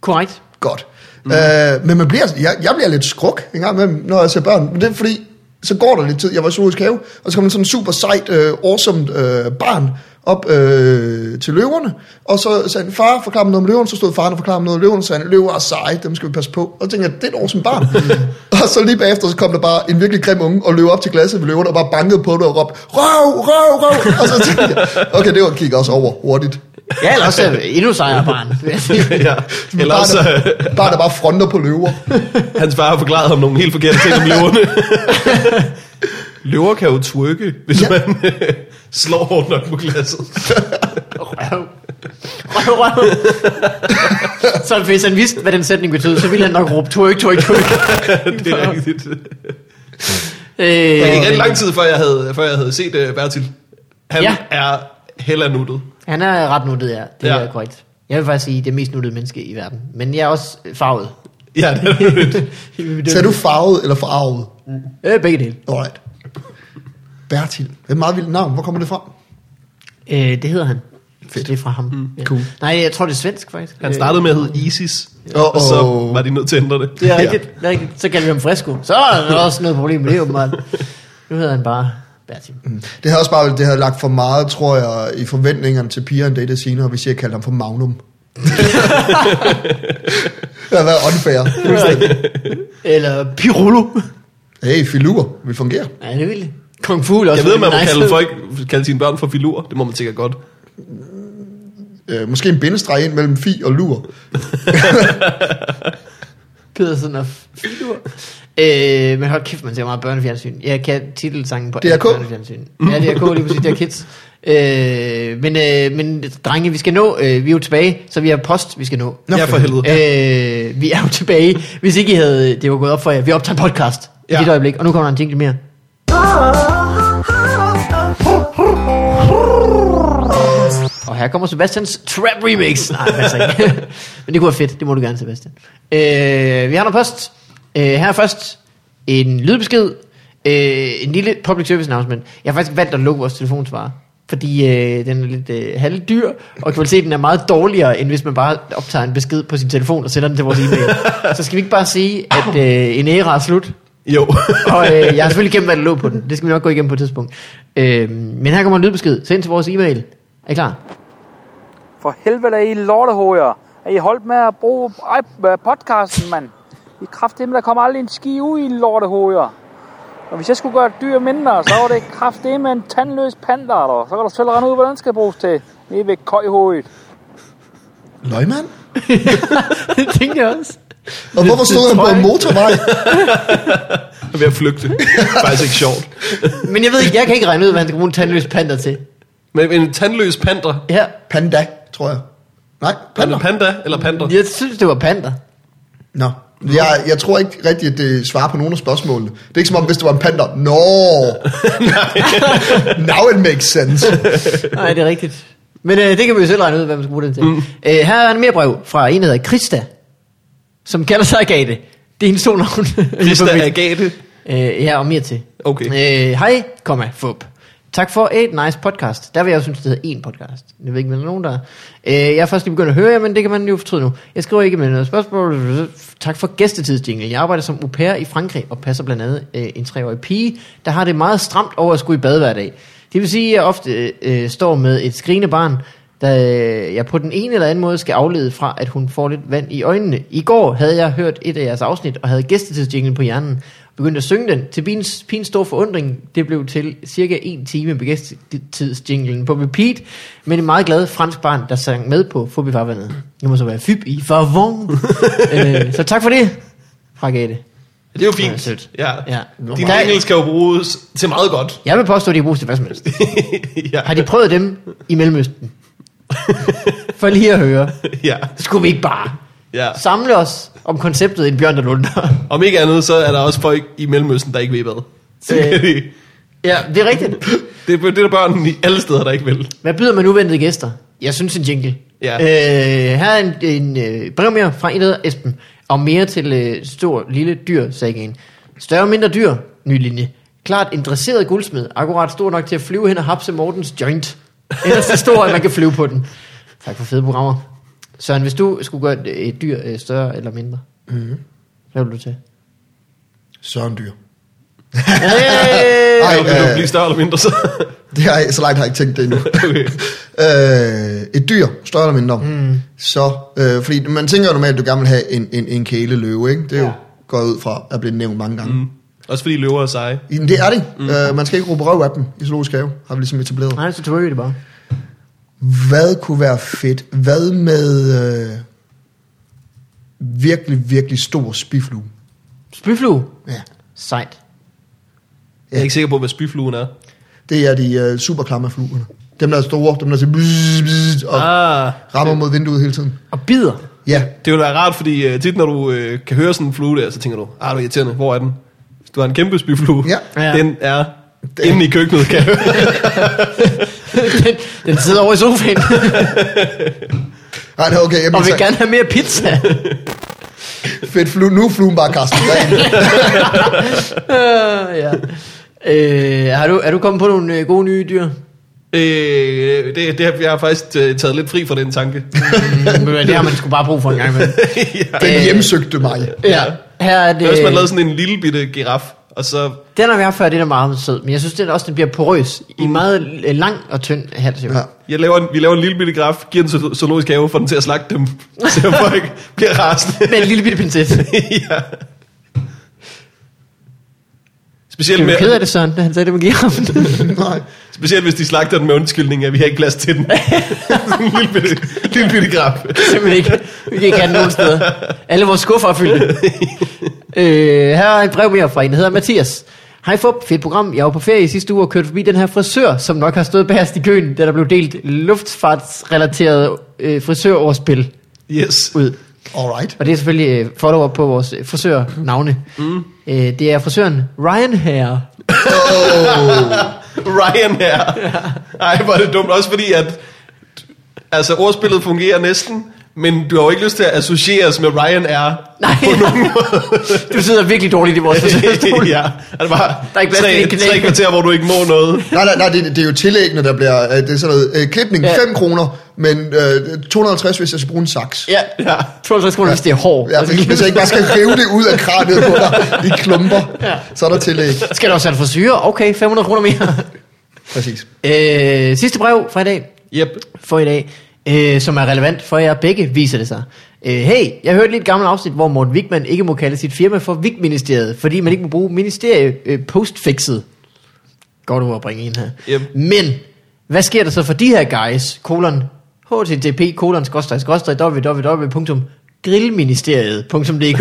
B: korrekt.
A: Godt. Mm.
C: Mhm.
A: Øh, men man bliver, jeg, jeg bliver lidt skruk en gang imellem, når jeg ser børn. Men det er fordi, så går der lidt tid. Jeg var i Zoologisk Have, og så kom der sådan en super sejt, øh, awesome øh, barn op øh, til løverne. Og så sagde han, far, forklar mig noget om løverne. Så stod faren og forklarede mig noget om løverne. Så sagde han, løver er seje, dem skal vi passe på. Og så tænkte jeg, det er et awesome barn. og så lige bagefter, så kom der bare en virkelig grim unge og løb op til glasset ved løverne og bare bankede på det og råbte, røv, røv, røv. og så tænkte jeg, okay, det var kigge også over hurtigt.
B: Ja, eller også øh, endnu sejere barn. vil jeg sige.
C: ja. Eller
A: Barnet-
C: også, øh,
A: barnet der bare fronter på løver.
C: hans far har forklaret ham nogle helt forkerte ting om løverne. Løver kan jo twerke, hvis ja.
A: Ja.
C: man øh, slår hårdt nok på glasset.
B: Røv. Røv, røv. så hvis han vidste, hvad den sætning betød, så ville han nok råbe, twerk, twerk, twerk.
C: det er rigtigt.
B: Øh,
C: Det gik rigtig lang tid, før jeg havde, før jeg havde set uh, Bertil. Han
B: Ja.
C: ja. er heller nuttet.
B: Han er ret nuttet, ja. Det
C: Ja.
B: ja. er korrekt. Jeg vil faktisk sige, det mest nuttede menneske i verden. Men jeg er også øh, farvet.
C: Ja, det er det.
A: Sagde du farvet eller farvet?
B: Øh, begge dele.
A: Alright. Bertil. Det er et meget vildt navn. Hvor kommer det fra?
B: Øh, det hedder han.
A: Fedt.
B: Så det er fra ham. Mm,
A: cool.
B: Nej, jeg tror, det er svensk, faktisk.
C: Han startede med at hedde Isis,
A: Åh,
C: og så
A: åh.
C: var de nødt til at ændre det.
B: Det er rigtigt, det er rigtigt. Så kaldte vi ham Fresco. Så er der også noget problem med det, åbenbart. Nu hedder han bare Bertil.
A: Det havde også bare det havde lagt for meget, tror jeg, i forventningerne til piger en date senere, hvis jeg kaldte ham for Magnum. det har været unfair.
B: Eller Pirullo.
A: Hey, filur. Vi fungerer.
B: Ja, det er vildt. Kung Fu er også
C: Jeg ved, man
B: vildt
C: må
B: nice.
C: kalde, folk, kalde sine børn for filurer. Det må man sikkert godt.
A: Øh, måske en bindestreg ind mellem fi og lur.
B: Pedersen og Fidur. Øh, men hold kæft, man ser meget børnefjernsyn. Jeg kan titelsangen på alt
A: DRK?
B: børnefjernsyn. Ja, det er K, lige præcis, det er kids. Øh, men, øh, men drenge, vi skal nå, øh, vi er jo tilbage, så vi har post, vi skal nå.
C: Nå, ja, for
A: for
C: helvede.
B: Øh, vi er jo tilbage, hvis ikke I havde, det var gået op for jer. Vi optager en podcast ja.
C: Ja.
B: i dit øjeblik, og nu kommer der en ting mere. Og her kommer Sebastians Trap Remix. Nej, altså ikke. Men det kunne være fedt. Det må du gerne, Sebastian. Øh, vi har noget post. Øh, her er først en lydbesked. Øh, en lille public service announcement. Jeg har faktisk valgt at lukke vores telefonsvarer. Fordi øh, den er lidt øh, halvdyr, og kvaliteten er meget dårligere, end hvis man bare optager en besked på sin telefon og sender den til vores e-mail. Så skal vi ikke bare sige, at øh, en æra er slut,
C: Jo.
B: og øh, jeg har selvfølgelig gemt, hvad der lå på den. Det skal vi nok gå igennem på et tidspunkt. Øh, men her kommer en lydbesked. Send til vores e-mail. Er I klar?
E: For helvede er I lortehojer. Er I holdt med at bruge ej, øh, podcasten, mand? I kraftedeme, der kommer aldrig en ski ud i lortehojer. Og hvis jeg skulle gøre et dyr mindre, så var det kraftedeme en tandløs panter, der. Så kan du selv regne ud, hvad den skal bruges til. Nede ved køjhovedet.
A: Løgmand?
B: det tænkte jeg også.
A: Og hvorfor stod han på en motorvej?
C: Jeg er ved at flygte. Det er faktisk ikke sjovt.
B: Men jeg ved ikke, jeg kan ikke regne ud, hvad han skal bruge en tandløs panter til.
C: Men en tandløs panter.
B: Ja,
A: Panda, tror jeg. Nej,
C: Panda,
A: panda.
C: panda eller panter?
B: jeg synes, det var panter.
A: Nå. Jeg, jeg tror ikke rigtigt, at det svarer på nogen af spørgsmålene. Det er ikke som om, hvis det var en panda. Nå! Now it makes sense.
B: Nej, det er rigtigt. Men øh, det kan vi jo selv regne ud, hvad man skal bruge den til. Mm. Øh, her er en mere brev fra en, der hedder Krista, som kalder sig Agate. Det er hendes to navn.
C: Krista Agate.
B: Øh, ja, og mere til.
C: Okay.
B: Øh, Hej, komma, fup. Tak for et nice podcast. Der vil jeg jo synes, det hedder én podcast. Jeg ved ikke, om der er nogen, der... Øh, jeg er først lige begyndt at høre jer, men det kan man jo fortryde nu. Jeg skriver ikke med noget spørgsmål. Tak for gæstetidsjingle. Jeg arbejder som au pair i Frankrig og passer blandt andet øh, en treårig pige, der har det meget stramt over at skulle i bad hver dag. Det vil sige, at jeg ofte øh, står med et skrigende barn, da øh, jeg på den ene eller anden måde skal aflede fra, at hun får lidt vand i øjnene. I går havde jeg hørt et af jeres afsnit, og havde gæstetidsjinglen på hjernen, og begyndte at synge den. Til pins, pins store forundring, det blev til cirka en time med gæstetidsjinglen på repeat, men en meget glad fransk barn, der sang med på Fubi Farvandet. Det må så være Fyb i Farvon. øh, så tak for det, fra Gate.
C: Det er jo
B: Ja, sødt.
C: fint. Ja.
B: Ja.
C: Din
B: Der-
C: engelsk kan jo bruges til meget godt.
B: Jeg vil påstå, at de bruges til hvad som helst.
C: ja.
B: Har de prøvet dem i Mellemøsten? For lige at høre.
C: ja.
B: Skulle vi ikke bare
C: Ja.
B: Samle os om konceptet en bjørn, der lunder.
C: Om ikke andet, så er der også folk i Mellemøsten, der ikke ved hvad. Så
B: Øh.
C: kan de-
B: ja, det er rigtigt.
C: det, er- det er der børn i alle steder, der ikke vil.
B: Hvad byder man uventede gæster? Jeg synes en jingle.
C: Ja.
B: Øh, her er en, en øh, brevmere fra en, der hedder Esben. Og mere til øh, stor, lille dyr, sagde en. Større, mindre dyr, ny linje. Klart interesseret guldsmed, akkurat stor nok til at flyve hen og hapse Mortens joint. Ellers så stor, at man kan flyve på den. Tak for fede programmer. Søren, hvis du skulle gøre et, et dyr øh, større eller mindre,
C: Mhm.
A: Mm-hmm.
B: hvad ville du til?
A: Søren Dyr.
B: Hey!
A: Ej,
C: Ej, vil du
A: øh.
C: blive større eller mindre, så...
A: Det har jeg, så langt har jeg ikke tænkt det endnu.
C: okay.
A: øh, et dyr, større eller mindre. Mm. Så, øh, fordi man tænker jo normalt, at du gerne vil have en, en, en kæleløve, ikke? Det er jo
B: Ja.
A: ja. gået ud fra at blive nævnt mange gange. Mm.
C: Mm. Også fordi løver er seje.
A: Jamen, det er det. Mm. Øh, man skal ikke råbe røv af dem i zoologisk have, har vi ligesom etableret.
B: Nej, så tog jeg det bare.
A: Hvad kunne være fedt? Hvad med øh, virkelig, virkelig stor spiflue?
B: Spyflue?
A: Ja.
B: Sejt.
C: Jeg er ikke sikker på, hvad spyfluen er.
A: Det er de øh, superklamme fluerne. Dem, der er store, dem, der siger bzz, bzz, og ah.
C: Ah,
A: rammer mod vinduet hele tiden.
B: Og bider.
A: Ja,
C: det ville være rart, fordi uh, tit når du uh, kan høre sådan en flue der, så tænker du, ah, du er irriterende, hvor er den? Du har en kæmpe spyflue.
A: Ja.
B: Ja.
C: Den er inde i køkkenet, kan jeg
B: den, den sidder over i sofaen
A: Ej, det er okay. Jeg
B: og
A: bliver
B: vil
A: så-
B: gerne have mere pizza.
A: Fedt, flu, nu er fluen bare kastet ren.
B: uh, ja. øh, har du, er du kommet på nogle øh, gode nye dyr?
C: Øh, det, det, har- jeg har faktisk øh, taget lidt fri fra den tanke.
B: Mm, det har man sgu bare brug for en gang imellem.
C: ja.
A: Den hjemsøgte mig.
B: Øh, ja. Her er det,
C: Hvis man lavede sådan en lille bitte giraf, og så...
B: den har vi haft før, den er meget sød, men jeg synes den også, den bliver porøs i en meget øh, lang og tynd hals. Ja.
A: Ja.
C: Jeg laver en, vi laver en lille bitte giraf, giver den zo- zoologisk have, får den til at slagte dem, så folk bliver rasende.
B: Med en lille bitte pincet.
C: ja. Specielt,
B: Jeg er ked af
C: med,
B: det, Søren, da han sagde det med giraffen.
A: Nej.
C: specielt hvis de slagter den med undskyldning, at vi har ikke plads til den. Sådan en lille bitte, lille bitte graf.
B: Simpelthen ikke. Vi kan ikke have den nogen steder. Alle vores skuffer er fyldte. øh, her er et brev mere fra en, der hedder Mathias. Hej Fup, fedt program. Jeg var på ferie i sidste uge og kørte forbi den her frisør, som nok har stået bagerst i køen, da der blev delt luftfartsrelateret øh, frisørordspil
C: Yes.
B: ud.
A: Alright.
B: Og det er selvfølgelig øh, follow-up på vores øh, frisørnavne. Mm. Øh, det er frisøren Ryan her.
C: Ryan her. Ej, hvor er det dumt. Også fordi, at altså, ordspillet fungerer næsten, men du har jo ikke lyst til at associeres med Ryan R.
B: Nej, du sidder virkelig dårligt i vores frisørstol.
C: ja, altså bare
B: Der er ikke plads til
C: tre,
B: en kanal.
C: tre kvarter, hvor du ikke må noget.
A: Nej, nej, nej, det, det er jo tillæggende, der bliver... øh, Det er sådan noget, øh, klipning
B: Ja.
A: ja. 5 kroner, men øh, 250, hvis jeg skal bruge en saks.
B: Ja,
C: Ja.
B: 52 kroner, hvis det er Altså, hår.
A: Ja, hvis- hvis jeg ikke bare skal rive det ud af kraniet på dig i klumper,
B: Ja.
A: ja. så er der tillæg.
B: Skal du også have en frisyre? Okay, 500 kroner mere.
A: Præcis.
B: Øh, sidste brev fra i dag,
C: Yep.
B: for i dag, øh, som er relevant for jer begge, viser det sig. Øh, hey, jeg hørte lige et gammelt afsnit, hvor Morten Wigman ikke må kalde sit firma for Wigministeriet, fordi man ikke må bruge ministerie øh, postfixet. Godt ord at bringe ind her.
C: Yep.
B: Men, hvad sker der så for de her guys, kolon, http, kolon, skodstræk, skodstræk, www.grillministeriet.dk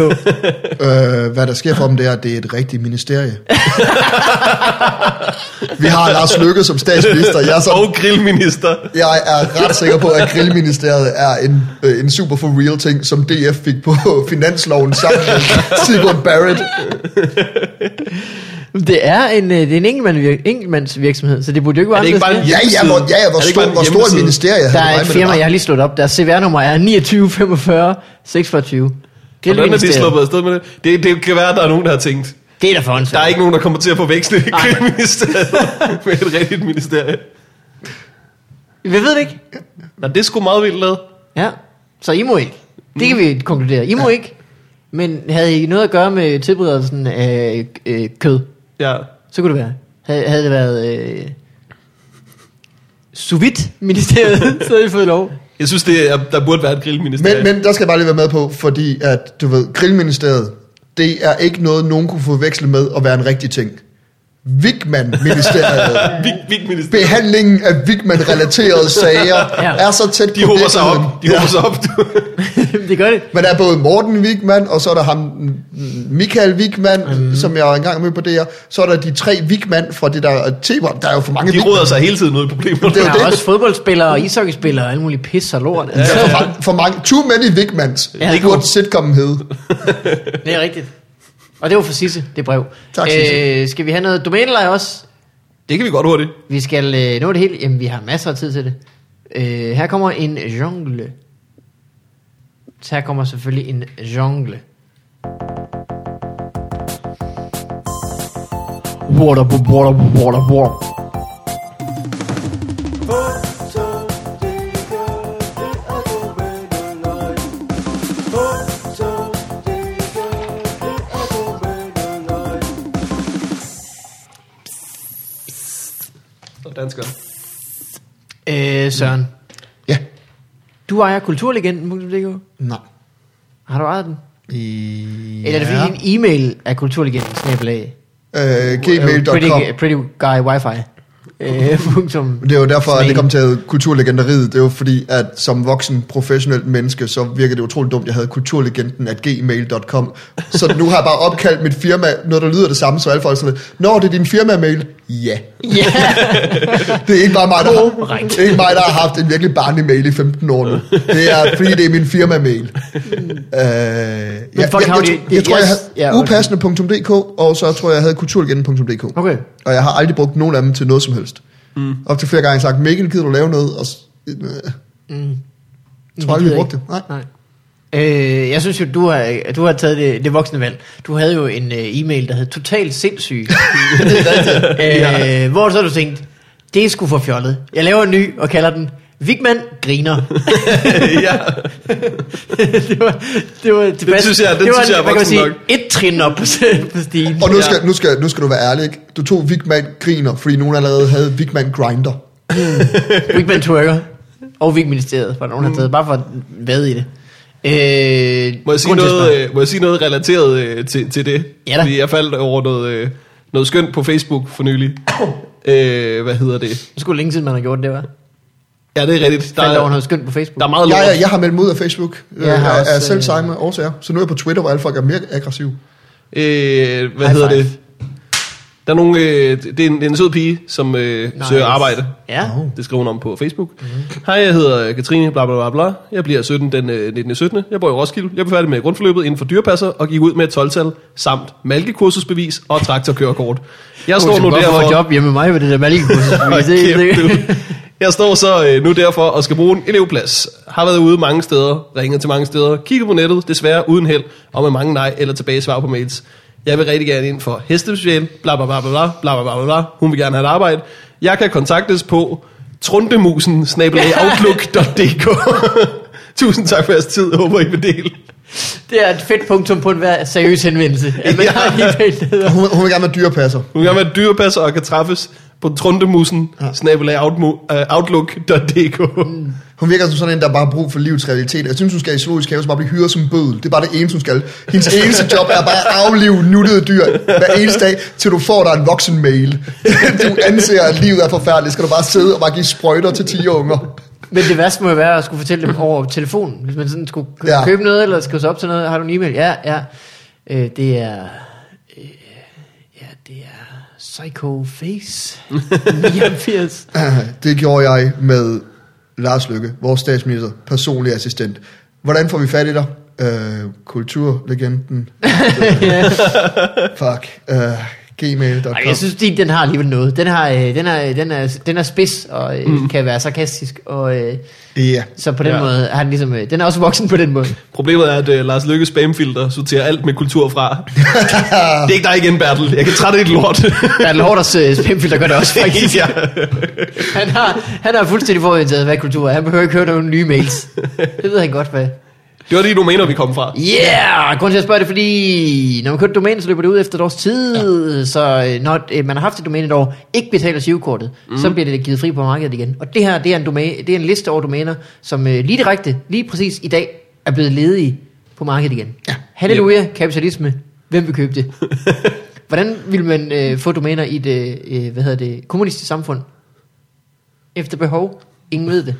A: Øh, hvad der sker for dem, det er, at det er et rigtigt ministerie. Vi har Lars Løkke som statsminister. Jeg er, så,
C: Og grillminister.
A: jeg er ret sikker på, at grillministeriet er en, øh, en super for real ting, som DF fik på finansloven sammen med Sigurd Barrett.
B: Det er en, øh, det er en enkeltmand- enkeltmandsvirksomhed, så det burde jo ikke være
C: Er det ikke bare
B: anderledes.
C: en
A: Ja, ja, hvor, ja, ja, hvor,
C: Er det ikke
A: stor,
C: bare en
A: hvor stor et
C: hjemmeside?
A: ministerie havde det
B: Der er
A: mig
B: et
A: med det
B: firma,
A: var.
B: jeg har lige slået op. Deres CVR-nummer er 29 45 26.
C: Hvordan er de
B: Grillministeriet.
C: sluppet afsted med det? det? Det kan være, at der er nogen, der har tænkt,
B: Det er da for
C: der er ikke nogen, der kommer til at forveksle
B: Nej.
C: grillministeriet med et rigtigt ministerie.
B: Vi ved det ikke.
C: Nå, det er sgu meget vildt lavet.
B: Ja, så I må ikke. Det kan vi konkludere. I må ja. ikke. Men havde I noget at gøre med tilberedelsen af øh, kød,
C: Ja.
B: så kunne det være. Havde, havde det været øh, sous vide ministeriet, så havde I fået lov.
C: Jeg synes, det er, der burde være et grillministerium.
A: Men, men der skal jeg bare lige være med på, fordi at, du ved, grillministeriet, det er ikke noget, nogen kunne forveksle med at være en rigtig ting. Vigman-ministeriet,
C: Vig, vig ministeriet.
A: behandlingen af Vigman-relaterede sager,
B: Ja.
A: er så tæt
C: De
A: på
C: håber sig
A: virkeligheden.
C: op. De håber sig op. Du.
B: det det gør det.
A: Men der er både Morten Wigman, og så er der ham, mm, Michael Wigman,
C: Mhm.
A: mm. som jeg engang mødte på DR. Så er der de tre Wigman fra det der tv Der er jo for mange
C: De
A: Wigman.
C: råder sig hele tiden ud i problemer.
A: Det er
B: Der
A: jo
B: er
A: det.
B: også fodboldspillere og ishockeyspillere og alle mulige pis og lort.
A: Der er for, mange- for mange. Too many Wigmans.
B: Ja.
A: Ja. Det burde sitcomen hedde.
B: Det er rigtigt. Og det var for Sisse, det brev.
A: Tak,
B: øh, Skal vi have noget domæneleje også?
C: Det kan vi godt hurtigt.
B: Vi skal øh, nå det hele. Jamen, vi har masser af tid til det. Øh, her kommer en jungle. Så her kommer selvfølgelig en jungle. Water, water, water, water.
C: Og danskere.
B: Øh, Søren,
A: Ja.
B: du ejer kulturlegenden.dk.
A: Nej.
B: Har du ejet den?
A: I...
B: Eller er det fordi din e-mail er kulturlegenden, snabelag?
A: Øh, gmail.com.
B: Øhm, Pretty, pretty guy wifi. Øh, punktum.
A: Det er jo derfor, at
B: Snail.
A: det kom til at hedde kulturlegenderiet. Det er jo fordi, at som voksen professionelt menneske, så virker det utroligt dumt, at jeg havde kulturlegenden at gmail.com. Så nu har jeg bare opkaldt mit firma, noget der lyder det samme, så alle folk er sådan lidt, Nå, det er din firma-mail? Ja.
B: Ja,
A: Det er ikke bare mig, der har, det er ikke mig, der har haft en virkelig barnlig mail i 15 år nu. Det er, fordi det er min firma-mail. Øh, ja, jeg, jeg,
B: fuck, har
A: jeg,
B: de-
A: jeg tror, jeg
B: yes, ja,
A: havde
B: okay.
A: upassende.dk, og så tror jeg, jeg havde kulturlegenden.dk.
B: okay.
A: Og jeg har aldrig brugt nogen af dem til noget som helst. Mm. Op til flere gange har jeg sagt, Mikkel, gider du lave noget? Og, s- øh,
B: Jeg
A: tror aldrig, vi brugte det. Nej.
B: Mm. Nej. Øh, jeg synes jo, du har, du har taget det, det voksne valg. Du havde jo en øh, e-mail, der hed totalt sindssyg. øh, hvor så har du tænkt, det er sgu for fjollet. Jeg laver en ny og kalder den Vigman griner.
C: ja.
B: det var, det var det, var,
C: synes jeg- det synes jeg er
B: hvad kan man
C: voksen
B: sige,
C: nok.
B: et trin op på, på stigen.
A: og nu,
C: Ja.
A: skal, nu, skal, nu skal du være ærlig, ikke? Du tog Vigman Griner, fordi nogen allerede havde Vigman Grinder.
B: Vigman twerker. Og Vigministeriet, for nogen har taget, bare for at vade i det. Øh,
C: Må jeg sige
B: grund til at spørge.
C: noget, øh, må jeg sige noget relateret øh, til, til det?
B: Ja da.
C: Fordi jeg faldt over noget, øh, noget skønt på Facebook for nylig. øh, hvad hedder det?
B: Det er sgu længe siden, man har gjort det, var.
C: Ja, det er rigtigt. Der
B: Faldt over
C: er,
B: noget skønt på Facebook.
C: der er meget lort.
A: Jeg, jeg, jeg har meldt mig ud af Facebook. Jeg
B: Jeg har
A: er,
B: også,
A: er selv
B: øh,
A: samme årsager. Så nu er jeg på Twitter, hvor alle folk er mere aggressive.
C: Øh, hvad
B: High
C: hedder
B: five.
C: det? Der er nogle, øh, det, er en, det er en sød pige, som øh, nice. søger arbejde.
B: Ja. Oh. Mhm.
A: Nå.
C: Det skriver hun om på Facebook. Mm-hmm. Hej, jeg hedder Katrine, bla bla bla bla. Jeg bliver 17 den øh, 19. 17. Jeg bor i Roskilde. Jeg blev færdig med grundforløbet inden for dyrepasser og gik ud med et 12-tal samt malkekursusbevis og traktorkørekort. Jeg står nu
B: for
C: derfor...
B: job hjemme med mig ved det der
C: Hold
B: malkekursus. det,
C: kæft, du.
B: det,
C: Jeg står så øh, nu derfor og skal bruge en elevplads. Har været ude mange steder, ringet til mange steder, kigget på nettet, desværre uden held, og med mange nej eller tilbage svar på mails. Jeg vil rigtig gerne ind for hestespecial, bla bla bla bla bla, bla bla bla bla bla. Hun vil gerne have et arbejde. Jeg kan kontaktes på trundemusen Tusind tak for jeres tid. Håber, I vil dele.
B: det er et fedt punktum på en hver seriøs henvendelse. At man
C: Ja.
B: har en e-mail, der hedder-
A: Hun, hun vil gerne være dyrepasser.
C: Hun vil gerne være dyrepasser og kan træffes på trundemusen øh,
A: Hun virker som sådan en, der bare har brug for livets realitet. Jeg synes, hun skal i zoologisk have, så bare blive hyret som bødel. Det er bare det eneste, hun skal. Hendes eneste job er bare at aflive nuttede dyr hver eneste dag, til du får dig en voksen mail. Du anser, at livet er forfærdeligt. Skal du bare sidde og bare give sprøjter til 10 unger?
B: Men det værste må jo være at skulle fortælle dem over telefonen. Hvis man sådan skulle kø-
A: Ja.
B: købe noget, eller skrive sig op til noget. Har du en e-mail? Ja, ja. Øh, det er... øh, Ja, det er... Psycho Face 89.
A: Det gjorde jeg med Lars Lykke, vores statsminister, personlig assistent. Hvordan får vi fat i dig? Øh, kulturlegenden. Fuck. Øh, gmail.com.
B: Ej, jeg synes, din, den har alligevel noget. Den, har, øh, den, er, den, er, den er spids og øh, mm. kan være sarkastisk. Og, øh,
A: Ja.
B: så på den
C: Ja.
B: ja. måde har den ligesom... Øh, den er også voksen på den måde.
C: Problemet er, at uh, Lars Lykkes spamfilter sorterer alt med kultur fra. det er ikke dig igen, Bertel. Jeg kan trætte dit lort.
B: Bertel Hårders øh, spændfilter gør det også, faktisk.
C: ja.
B: Han har, han har fuldstændig fororienteret, hvad kultur er. Han behøver ikke høre nogen nye mails. Det ved han godt, hvad.
C: Det var de domæner, vi kom fra.
B: Yeah! Grunden til at spørge det, er, fordi når man køber et domæne, så løber det ud efter et års tid. Ja. Så øh, når øh, man har haft et domæne et år, ikke betaler sivekortet, mm. så bliver det givet fri på markedet igen. Og det her, det er en, domæne, det er en liste over domæner, som øh, lige direkte, lige præcis i dag, er blevet ledige på markedet igen. Ja. Halleluja, kapitalisme. Hvem vil købe det? Hvordan vil man øh, få domæner i øh, det, øh, hvad hedder det, kommunistiske samfund? Efter behov. Ingen ved det.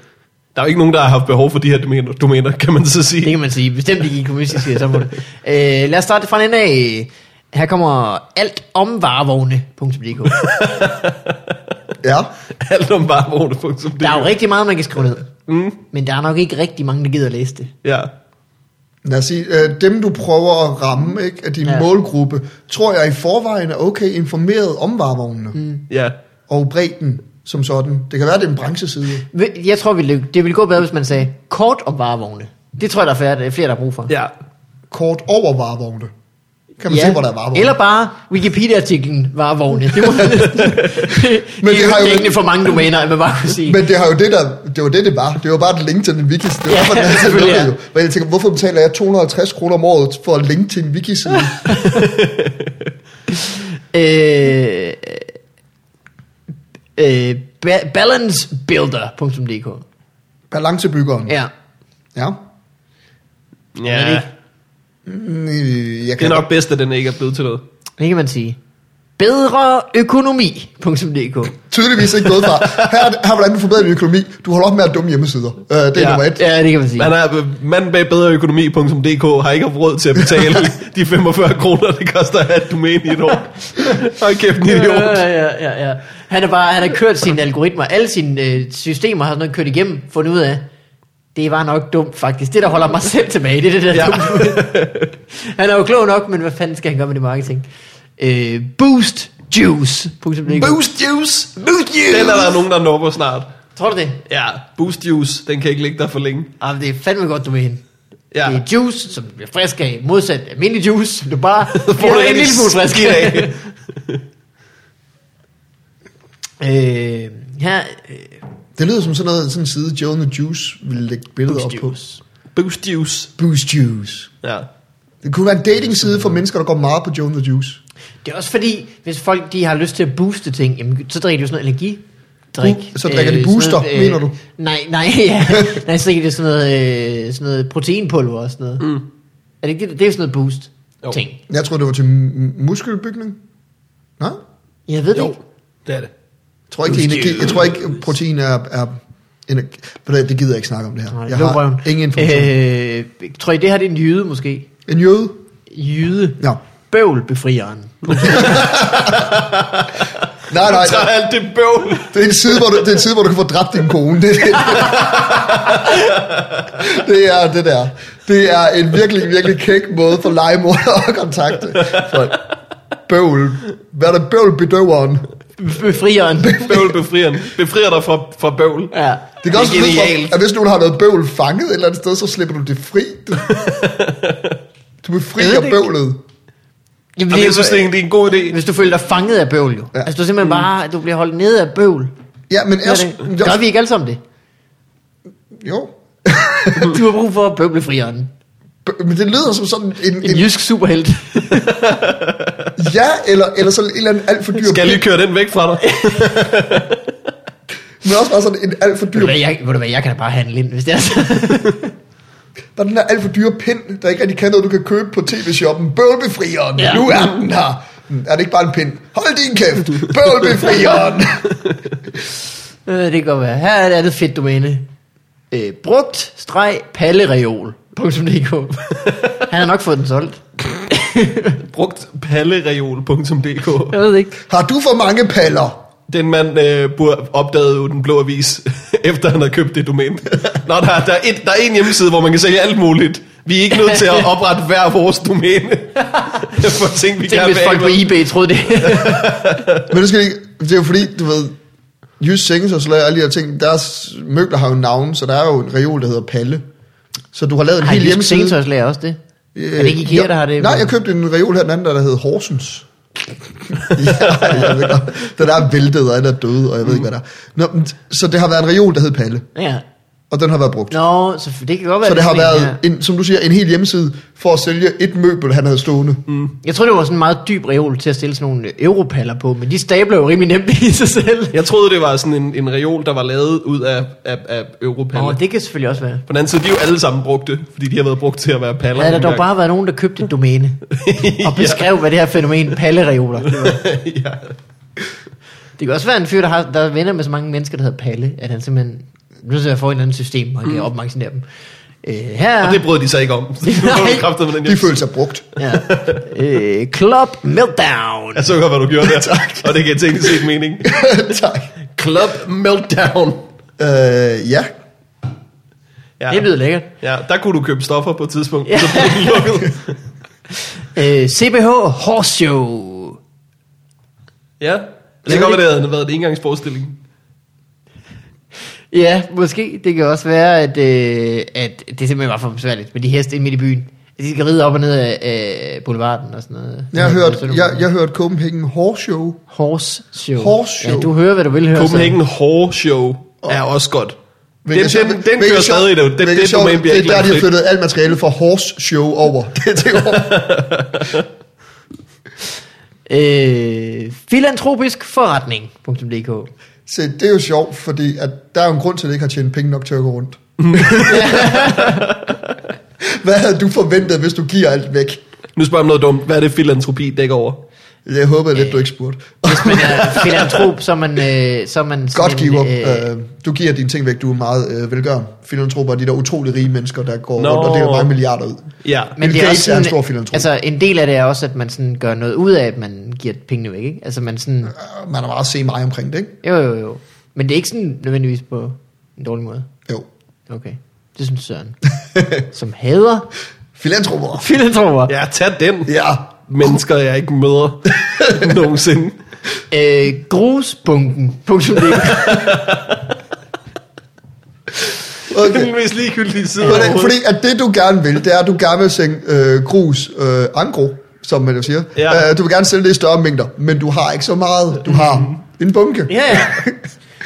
C: Der er jo ikke nogen, der har haft behov for de her domæner, domæner kan man så
B: Det
C: sige.
B: kan man sige. Bestemt ikke i kommunistiske samfund. øh, lad os starte fra en ende af. Her kommer alt om varevogne.dk.
A: Ja,
C: Alt om varevogne.dk.
B: Der er jo rigtig meget, man kan skrive ned. Mm. Men der er nok ikke rigtig mange, der gider at læse det.
C: Ja.
A: lad os sige, øh, dem du prøver at ramme ikke, af din
B: Ja.
A: ja. målgruppe, tror jeg i forvejen er okay informeret om varevognene mm.
C: Ja.
A: og bredden som sådan. Det kan være, det er en brancheside.
B: Ved- Jeg tror, vi løb- det ville gå bedre, hvis man sagde kort om varevogne. Det tror jeg, der er færre- der er flere, der har brug for.
C: Ja.
A: Kort over varevogne. Kan man ja. se, hvor der er varevogne.
B: Eller bare Wikipedia-artiklen varevogne. Det, må,
A: Men
B: men det,
A: det har jo-
B: er jo for mange domæner, at man bare kunne sige.
A: Men det har jo det, der, det var det, det var. Det var bare et link til den wikiside. Det var
B: Ja,
A: ja, den altså
B: selvfølgelig,
A: lukket
B: ja.
A: jo. Men jeg tænker, hvorfor betaler jeg 250 kroner om året for at linke til en wikiside?
B: Øh, øh, ba- balancebuilder.dk
A: Balancebyggeren. Ja.
B: Ja.
A: ja.
C: Ja.
B: det ikke?
A: Mm, Jeg
C: Det
A: kan
C: er nok bedst, at den ikke er blevet til noget.
B: Det kan man sige. Bedreøkonomi.dk
A: tydeligvis ikke noget fra. Her, er- her er, hvordan du forbedrer din økonomi. Du holder op med at have dumme hjemmesider. Uh, det er
C: Ja.
A: ja. nummer et. Ja.
B: Ja, det kan man sige.
C: Man er, manden bag bedreøkonomi.dk har ikke haft råd til at betale de 45 kroner, det koster at have et domæne i et år. Hold kæft, en idiot.
B: Ja, ja, ja, ja. Han har bare han har kørt sine algoritmer, alle sine øh, systemer har sådan noget kørt igennem, fundet ud af, det var nok dumt faktisk. Det, der holder mig selv tilbage, det er det der
C: Ja.
B: ja. Han er jo klog nok, men hvad fanden skal han gøre med det marketing? Øh, boostjuice.dk
C: Boost juice! Boost juice! Den er der nogen, der når på snart.
B: Tror du det?
C: Ja, boost juice, den kan ikke ligge der for længe.
B: Ah, men det er fandme godt, du mener.
C: Ja.
B: Ja. Det er juice, som du bliver frisk af, modsat almindelig juice, som du bare
C: Får
B: får
C: du
B: du en
C: rigtig
B: lille smule frisk
C: skidt af.
B: af. øh, her, øh,
A: Det lyder som sådan noget, sådan en side, Joe and the Juice ville lægge billeder
B: Boost
A: op på.
B: Juice.
C: Boost juice.
A: Boost Juice.
C: Ja.
A: Det kunne være en dating side for mennesker, der går meget på Joe and the Juice.
B: det er også fordi, hvis folk de har lyst til at booste ting, jamen, så drikker de jo sådan noget energi. Drik, øh,
A: Uh, så drikker de
B: sådan
A: booster, mener du?
B: Nej, nej, ja. nej, så drikker de sådan noget, øh, sådan noget proteinpulver og sådan noget. Mm. Er det, ikke det, det er jo sådan noget boost
C: Jo.
B: ting.
A: Jeg tror det var til m- muskelbygning. Nej?
B: Jeg ved det
C: Jo,
B: ikke.
C: det er det.
A: Jeg tror ikke, det er energi. Jeg tror ikke, protein er... er energi. Ved du hvad, Det gider jeg ikke snakke om det her.
B: Nej,
A: jeg
B: luk
A: har
B: røven.
A: ingen information. Øh.
B: Øh, tror I, det her det er en jyde måske?
A: En jøde?
B: Jyde.
A: Ja.
B: Bøvlbefrieren.
A: Nej, nej,
C: Så er
A: nej.
C: alt det bøvl.
A: Det er en side, hvor du, det er en side, hvor du kan få dræbt din kone. Det, er det, det er det der. Det er en virkelig, virkelig kæk måde for legemorder at kontakte folk. Bøvl. Hvad er det? Bøvlbedøveren.
B: Befrieren.
C: Bøvl befrieren. Befrier dig fra, fra bøvl.
B: Ja.
A: Det kan også
C: Det er
A: lyde
C: genialt.
A: for, at hvis nogen har noget bøvl fanget et eller andet sted, så slipper du det fri. Du, du
B: Jeg
A: befrier
B: ved det ikke.
A: bøvlet.
B: Jamen,
C: Jamen, jeg synes, det er en, det er en god idé.
B: hvis du føler dig fanget af bøvl, jo. Ja.
A: Ja. Mm.
B: Altså, du er simpelthen bare, du bliver holdt nede af bøvl.
A: Ja, men
B: Er
A: er,
B: det, gør vi ikke alle sammen det?
A: Jo.
B: Du har brug for bøvlefrieren.
A: B- Men det lyder som sådan en,
B: En
A: en
B: jysk superhelt.
A: ja, eller, eller sådan en eller anden alt for dyr
C: Skal jeg lige køre den væk fra dig?
A: Men også bare sådan en alt for
B: Ved
A: dyr
B: du hvad, jeg, ved du hvad, jeg kan da bare handle ind, hvis det er så.
A: Bare den der alt for dyre pind, der ikke rigtig kan noget, du kan købe på tv-shoppen. Bøvlbefrieren,
B: Ja.
A: ja. nu er den her. Mm, Er det ikke bare en pind? Hold din kæft, bøvlbefrieren.
B: Øh, det kan godt være. Her er et andet fedt domæne. Øh, brugt streg pallereol. Han har nok fået den solgt.
C: Brugt pallereol.dk
B: Jeg ved ikke.
A: Har du for mange paller?
C: Den mand øh, bur- opdagede jo den blå avis, efter han havde købt det domæne. Nå, der, er- der, er et, der er en hjemmeside, hvor man kan sælge alt muligt. Vi er ikke nødt til at oprette hver vores domæne. For ting, vi
B: Tænk,
C: gerne
B: hvis
C: vil
B: folk
C: af
B: på
C: med.
B: eBay troede det.
A: Men det, skal ikke, det er jo fordi, du ved, Jysk Sengens og Slager og alle de her ting, deres møbler har jo navn, så der er jo en reol, der hedder Palle. Så du har lavet en
B: Har
A: hel
B: Jysk
A: hjemmeside.
B: Sengetøjslag også det? Øh, er det ikke IKEA,
A: jo-
B: der har det?
A: Nej, jeg købte en reol her den anden, dag, der hed Horsens. ja, jeg ved godt. Den der er væltet, og den er død, og jeg ved ikke, hvad der er. Nå, men, så det har været en reol, der hed Palle,
B: Ja.
A: og den har været brugt.
B: Nå, så det kan godt være.
A: så det har
B: er sådan
A: været,
B: en,
A: en, som du siger, en hel hjemmeside for at sælge et møbel, han havde stående. Mm.
B: ja. Jeg tror, det var sådan en meget dyb reol til at stille sådan nogle øh, europaller på, men de stabler jo rimelig nemt i sig selv.
C: Jeg troede, det var sådan en, en reol, der var lavet ud af, af, af europaller.
B: Nå, det kan selvfølgelig også være.
C: På den anden side, de er jo alle sammen brugte, fordi de har været brugt til at være paller.
B: Havde der dog
C: engang.
B: bare været nogen, der købte et domæne, og beskrev, hvad det her fænomen pallereoler det var.
C: ja.
B: Det kan også være en fyr, der, har, der er venner med så mange mennesker, der hedder Palle, at han simpelthen Nu til at få et eller andet system, hvor han kan opmagasinere dem. Øh, her
C: Mm. Og det brød de sig ikke om. Så det var jo kraftet med den
A: De
C: hjemmeside.
A: følte sig brugt.
B: ja. øh, Club Meltdown.
C: Jeg så godt, hvad du gjorde der. tak. Og det kan jeg tænke set mening.
A: tak.
C: Club Meltdown.
A: Øh, ja.
C: Ja.
B: Det lyder lækkert.
C: ja, der kunne du købe stoffer på et tidspunkt.
B: Ja.
C: Ja. Så blev den lukket.
B: Øh, CBH Horse Show.
C: Ja. Det kan godt være, det havde været en engangsforestilling.
B: Ja, måske. Det kan også være, at, øh, at det simpelthen var for besværligt med de heste inde midt i byen. At de skal ride op og ned af, af boulevarden og sådan noget.
A: Jeg har
B: Sådan
A: hørt,
B: noget.
A: jeg, jeg har hørt Copenhagen Horse Show.
B: Horse Show.
A: Horse Show.
B: Ja, du hører, hvad du vil høre. så.
C: Copenhagen Horse Show er også godt. Den,
A: Hvilket
C: den,
A: sjovt-
C: den
A: hvilket
C: kører
A: sjovt-
C: stadig, det, den,
A: hvilket
C: det
A: sjovt,
C: domæne bliver
A: Det
C: ikke
A: er der, de har
C: langt frit.
A: flyttet alt materiale fra Horse Show over. Det, det over.
B: Øh, filantropisk forretning.dk
A: Se, det er jo sjovt, fordi at der er jo en grund til, at det ikke har tjent penge nok til at gå rundt. Hvad havde du forventet, hvis du giver alt væk?
C: Nu spørger jeg om noget dumt. Hvad er det, filantropi dækker over?
A: Jeg håber lidt, du ikke spurgte.
B: Øh, Hvis man er filantrop, så er man... Øh, så er man
A: Godt,
B: sådan en,
A: giver.
B: øh,
A: Øh, du giver dine ting væk, du er meget øh, velgørende. Filantroper er de der utrolig rige mennesker, der går
C: Nå.
A: rundt og deler mange milliarder ud.
C: Ja.
B: Men
A: Bill
B: det er
A: Gates
B: også sådan,
A: er en stor filantrop.
B: Altså, en del af det er også, at man sådan gør noget ud af, at man giver pengene væk, ikke? Altså, man sådan...
A: Øh, Man er meget se mig omkring det, ikke?
B: Jo, jo, jo. Men det er ikke sådan nødvendigvis på en dårlig måde.
A: Jo.
B: Okay. Det synes Søren. som hader
A: Filantroper.
B: filantroper. Ja.
C: Ja, tag den.
A: Ja.
C: Mennesker, jeg ikke møder nogensinde.
B: Øh, grusbunken.
C: Det er
A: Okay.
C: den mest ligegyldige side
A: Hvordan,
C: overhovedet.
A: fordi at det, du gerne vil, det er, at du gerne vil sænke øh, grus øh, angro, som man jo siger.
C: Ja.
A: Øh, du vil gerne sælge det i større mængder, men du har ikke så meget. Du har
C: Mhm.
A: en bunke.
B: ja, ja.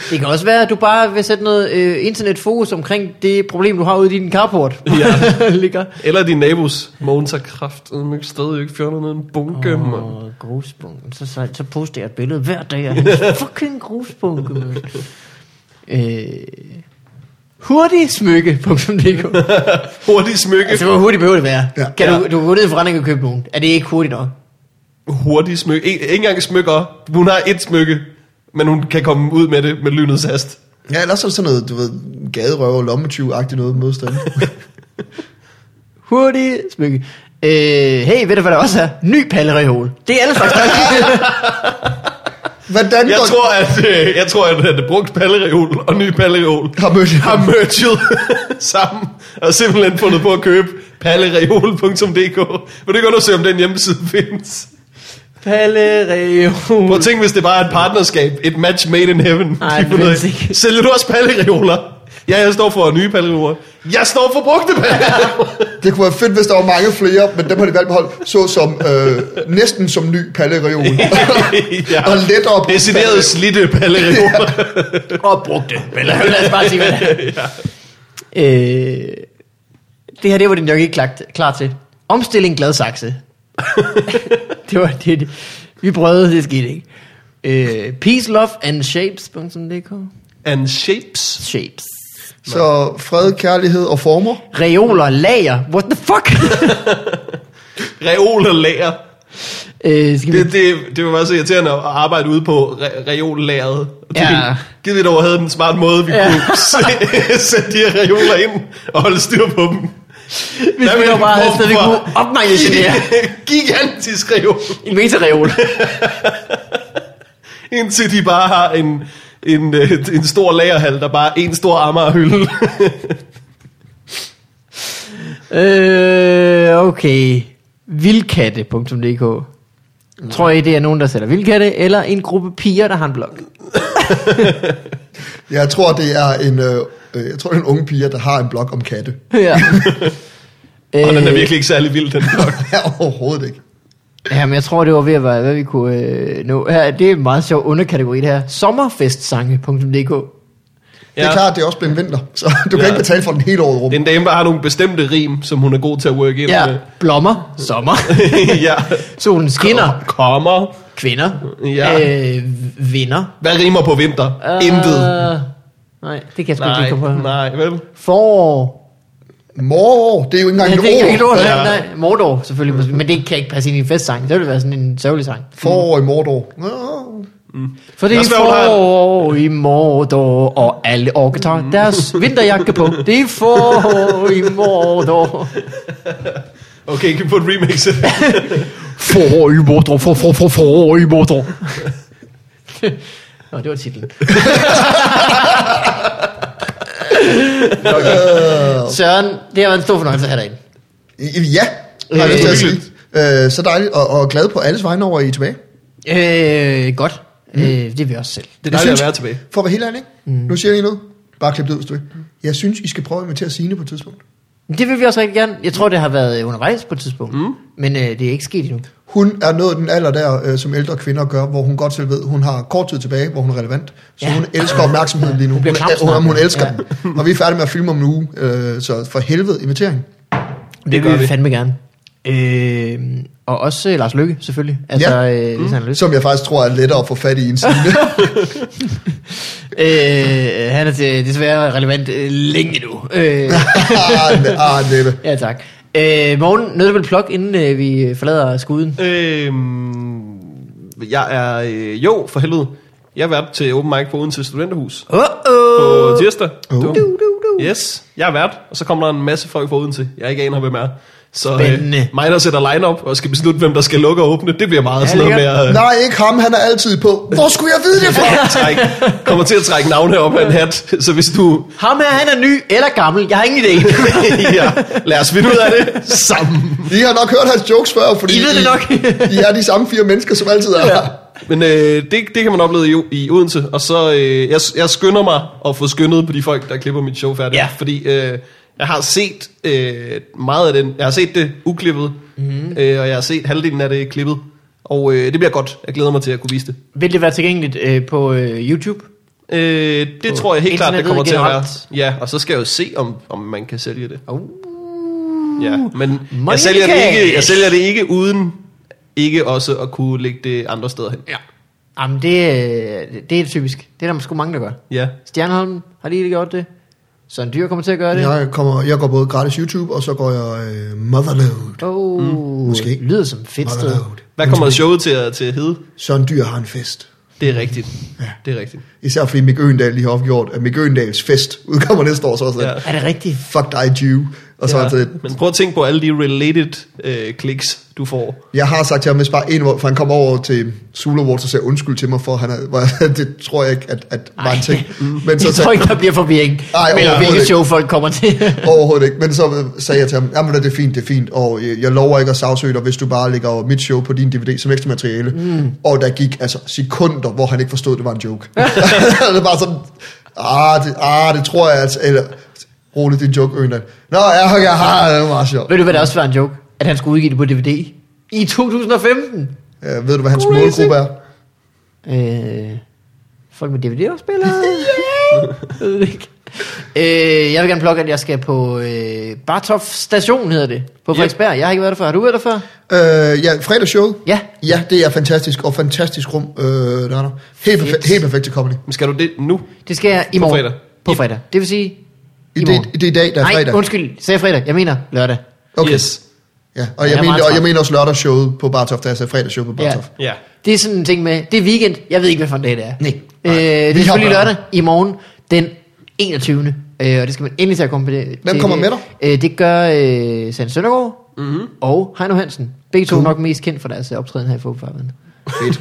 B: Det kan også være, at du bare vil sætte noget øh, internetfokus omkring det problem, du har ude i din carport.
C: Ja.
B: Ligger.
C: Eller din nabos. Mogens har kraft. stadig ikke fjortet ned i en bunke, oh. mand.
B: Åh, grusbunken. Så, så, så poster jeg et billede hver dag af hans fucking grusbunke, mand. Øh, hurtigsmykke.dk
C: Hurtig smykke.
B: Altså,
C: Altså,
B: hvor hurtigt behøver det være?
A: Ja.
B: Ja. Kan
C: Ja.
B: du, du kan gå ned i en forretning og købe nogen. Er det ikke hurtigt nok?
C: Hurtig smykke. Ikke, ikke engang smykker. Hun har et smykke, men hun kan komme ud med det med lynets hast.
A: Ja, ellers er det sådan noget, du ved, gaderøver, lommetyv-agtigt noget modstand.
B: Hurtigsmykke. Øh, hey, ved du hvad der også er? Ny pallereol. Det er alle slags pallereol.
A: Hvordan
C: Jeg
A: går,
C: tror, at, øh, jeg tror, at, at brugt pallereol og ny pallereol
A: Har mødt
C: har merged sammen og simpelthen fundet på at købe pallereol.dk. Vil du ikke undersøge, om den hjemmeside findes?
B: pallereol.
C: Prøv at tænke, hvis det bare er et partnerskab. Et match made in heaven.
B: Ej,
C: De
B: det
C: finder ud af,
B: findes ikke.
C: Sælger du også pallereoler? Ja, jeg står for nye pallereoler. Jeg står for brugte pallereoler.
A: det kunne være fedt, hvis der var mange flere, men dem har de valgt på hold, så som, øh, næsten som ny pallereol.
C: ja.
A: Og lettere på
C: Decideret slidte pallereoler.
B: Og brugte pallereol. Lad os bare sige, hvad det er. Øh, det her, det var den nok ikke klar, klar til. Omstilling Gladsaxe. det var det, det. Vi prøvede, det skete ikke. Øh, peace, love and shapes.dk
C: And shapes.
B: Shapes.
A: Så fred, kærlighed og former.
B: Reoler, lager. What the fuck?
C: Reol og lager.
B: Øh, skal vi...
C: Det, det, det var bare så irriterende at arbejde ude på re- reollageret.
B: Ja.
C: Givet dog havde den smart måde, vi ja.
B: Ja.
C: kunne se- sætte de her reoler ind og holde styr på dem.
B: Hvis
C: Der
B: vi
C: ville
B: dog bare
C: en
B: havde
C: form
B: sted, vi
C: for
B: kunne opmagasinere
C: Gigantisk reol.
B: en metareol.
C: Indtil de bare har en, en, øh, en stor lagerhal, der bare er en stor Amagerhylde.
B: øh, okay. Vildkatte.dk Tror I, det er nogen, der sælger vildkatte, eller en gruppe piger, der har en blog?
A: Jeg tror, det er en... Øh, øh, jeg tror, det er en unge pige, der har en blog om katte.
B: ja.
C: Og den er
B: Øh.
C: virkelig ikke særlig vild, den blok.
A: Ja, overhovedet ikke.
B: Ja, men jeg tror, det var ved at være, hvad vi kunne øh, nå. Her, det er en meget sjov underkategori, det her. Sommerfestsange.dk
A: Ja. Det er klart, det er også blevet vinter, så du kan
C: Ja.
A: ikke betale for den hele året rum.
C: Det er en dame, der har nogle bestemte rim, som hun er god til at work ind
B: Ja,
C: med.
B: Øh, blommer, sommer,
C: ja.
B: solen skinner,
C: Kommer.
B: kvinder,
C: Ja.
B: øh, vinder.
C: Hvad rimer på vinter? Uh, Intet.
B: Øh, Nej, det kan jeg sgu ikke
C: Nej,
B: lige komme på.
C: nej, vel?
B: Forår,
A: Morår, det er jo ikke engang
B: Ja,
A: ja,
B: det er ikke
A: et
B: helt ord.
A: ord.
C: Ja.
B: Nej, nej, Mordor selvfølgelig, men det kan ikke passe ind i en festsang. Det ville være sådan en sørgelig sang.
A: Forår i Mordor. Nå,
B: Fordi
C: Også hvad hun har-
B: forår i Mordor, og alle orker
C: Mm.
B: tager deres vinterjakke på. Det er forår i Mordor.
C: Okay, I kan få et remix af det.
B: Forår i Mordor, for, for, for, forår i Mordor. Nå, det var titlen. okay. Søren, det har været en stor fornøjelse at have dig ind.
A: I- Ja, har jeg lyst til at sige. Øh, så dejligt, og, og glad på alles vegne over, at I er tilbage.
B: Øh, godt. Mm. Øh, det er vi også selv.
C: Det er
A: Jeg
C: dejligt
A: synes-
C: at være tilbage.
A: For at være helt ærlig, mm. nu siger jeg lige noget. Bare klip det ud, hvis du vil. Jeg synes, I skal prøve at invitere Signe på et tidspunkt.
B: Men Det vil vi også rigtig gerne. Jeg tror, det har været øh, undervejs på et tidspunkt. Mm. Men øh, det er ikke sket endnu.
A: Hun er nået den alder der, øh, som ældre kvinder gør, hvor hun godt selv ved, hun har kort tid tilbage, hvor hun er relevant. Så
B: Ja.
A: ja. hun elsker opmærksomheden lige nu. Hun,
B: bliver
A: hun, hun,
B: klam snart.
A: hun elsker
B: Ja.
A: ja. den. Og vi er færdige med at filme om en uge, øh, så for helvede invitering.
B: Det,
C: Det
B: det
C: gør
B: vil vi
C: vi.
B: fandme gerne. Øh, og også øh, Lars Lykke, selvfølgelig. Altså,
A: Ja.
B: ja. øh, hvis han har lyst.
A: Som jeg faktisk tror er lettere at få fat i end Signe.
B: Øh, han er til, desværre relevant øh, længe nu. Øh,
A: ah, næ- ah, næppe.
B: ja, tak. Øh, morgen, noget du vil plukke, inden øh, vi forlader skuden?
C: Øhm, jeg er... Øh, jo, for helvede. Jeg er vært til Open Mic på Odense Studenterhus
B: Åh, oh,
C: på
B: oh.
C: tirsdag.
A: Oh.
C: Du.
B: Du, du, du.
C: Yes, jeg er vært, og så kommer der en masse folk fra Odense. Jeg ikke aner, hvem er. Så
B: Spændende.
C: øh, mig, der sætter line-up og skal beslutte, hvem der skal lukke og åbne, det bliver meget
B: Ja,
C: ja, sådan noget
B: lækkert.
C: med øh, at
A: Nej, ikke ham, han er altid på. Hvor skulle jeg vide det fra?
C: øh, trække, kommer til at trække navne op af en hat. Så hvis du...
B: Ham her, han er ny eller gammel. Jeg har ingen idé.
C: ja, lad os finde ud af det sammen.
A: I har nok hørt hans jokes før, fordi
B: I ved det nok.
A: I, I er de samme fire mennesker, som altid er her. Ja.
C: Men øh, det, det kan man opleve i, i Odense, og så øh, jeg, jeg skynder mig at få skyndet på de folk, der klipper mit show færdigt,
B: Ja.
C: fordi øh, jeg har set øh, meget af den, jeg har set det uklippet, mm-hmm. øh, og jeg har set halvdelen af det klippet, og øh, det bliver godt, jeg glæder mig til at kunne vise det.
B: Vil det være tilgængeligt øh, på øh, YouTube?
C: Øh, det tror jeg helt klart, det
B: internettet
C: kommer til at være.
B: generelt.
C: Ja, og så skal jeg jo se, om, om man kan sælge det.
B: Oh.
C: Ja, men
B: Money
C: jeg sælger, det
B: cash.
C: ikke, jeg sælger det ikke uden ikke også at kunne lægge det andre steder hen.
B: Ja. Jamen, det, øh, det er typisk. Det er der sgu mange, der gør.
C: Ja.
B: Stjernholm har lige gjort det. Søren Dyr kommer til at gøre det.
A: Jeg, kommer, jeg går både gratis YouTube, og så går jeg øh, Motherload.
B: Oh, mm,
A: måske.
B: Lyder som et fedt sted.
A: Motherload.
C: Hvad kommer showet til at, til at hedde?
A: Søren Dyr har en fest.
C: Det er rigtigt.
A: Ja.
C: Det er rigtigt.
A: Især fordi Mick Øgendal lige har opgjort, at Mick Øgendals fest udkommer næste år, så er jeg sådan,
C: Ja.
A: ja.
B: Er det rigtigt?
A: fuck dig, Jew. Og så ja. altså,
C: Men prøv at tænke på alle de related øh, kliks, du får.
A: jeg har sagt til ham, hvis bare en, hvor- for han kom over til Zulu Awards og sagde undskyld til mig for, han er, hvor- det tror jeg ikke, at, at var en ting. Men
B: Jeg
A: så
B: tror
A: sagde,
B: ikke, der bliver forvirring
A: Nej,
B: mellem
A: overhovedet
B: hvilke
A: ikke.
B: show folk kommer til.
A: overhovedet ikke, men så øh, sagde jeg til ham, jamen det er fint, det er fint, og øh, jeg, jeg lover ikke at sagsøge dig, hvis du bare lægger mit show på din DVD som ekstra materiale. Mm. Og der gik altså sekunder, hvor han ikke forstod, at det var en joke. det var sådan, ah det, ah, det tror jeg, altså, eller roligt, det er en joke, Øgendal. Nå, ja, jeg har, det var meget sjovt.
B: Ved du, hvad der også var en joke? At han skulle udgive det på DVD. I 2015.
A: Øh, ved du, hvad hans
B: Crazy.
A: målgruppe er?
B: Øh, folk med DVD-afspillere. Jeg ved det ikke. Øh, jeg vil gerne plukke, at jeg skal på øh, Bartov Station, hedder det. På Frederiksberg. Jeg har ikke været der før. Har du været der før?
A: Øh, ja, fredagsshowet.
B: Ja.
A: Ja, det er fantastisk, og fantastisk rum, øh, der er der. Helt,
B: Fedt.
A: perfe- helt perfekt til comedy.
C: Men skal du det nu?
B: Det skal jeg i
C: På
B: morgen.
C: fredag.
B: På
C: I-
B: fredag. Det vil sige... I
A: Det,
B: morgen.
A: det er i dag, der er
B: Nej,
A: fredag.
B: undskyld. Sagde jeg fredag. Jeg mener lørdag.
A: Okay.
C: Yes.
A: Ja, og jeg,
B: Ja, jeg
A: ja,
B: er meget
A: mener, og
B: træt.
A: jeg mener også lørdagsshowet på Bartof, der er altså fredagsshowet på Bartof. Ja.
C: Ja.
B: Det er sådan en ting med, det er weekend, jeg ved ikke, hvad for en dag det er.
A: Nej.
B: Øh, det er
A: Vi har
B: selvfølgelig
A: børn.
B: lørdag i morgen, den 21. Øh, og det skal man endelig til at komme på det.
A: Hvem
B: til
A: kommer
B: det.
A: med dig? Mhm.
B: Øh, det gør øh, Sand Søndergaard mm-hmm. og Heino Hansen. Begge to er nok mest kendt for deres øh, optræden her i Fåbefarven.
A: Fedt.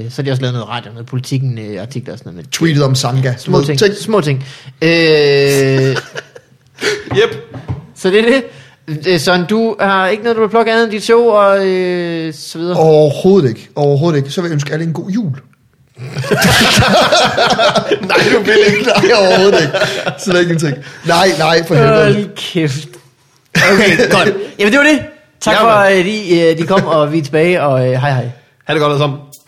B: øh, så har de også lavet noget radio, noget politikken, øh, artikler og sådan noget. Men
A: Tweetet om Sanka.
B: små ting,
A: Tænk,
B: små ting. Øh,
C: Yep.
B: så det er det. Øh, Søren, du har ikke noget, du vil plukke andet end dit show og øh, så videre.
A: overhovedet ikke. Overhovedet ikke. Så vil jeg ønske alle en god jul. nej, du vil ikke. Nej, overhovedet ikke. Slet ikke en ting. Nej, nej, for helvede.
B: Hold kæft. Okay, godt. Jamen det var det. Tak
C: Ja,
B: for, at I, øh, de kom, og vi er tilbage, og øh, hej hej.
C: Ha' det godt alle sammen.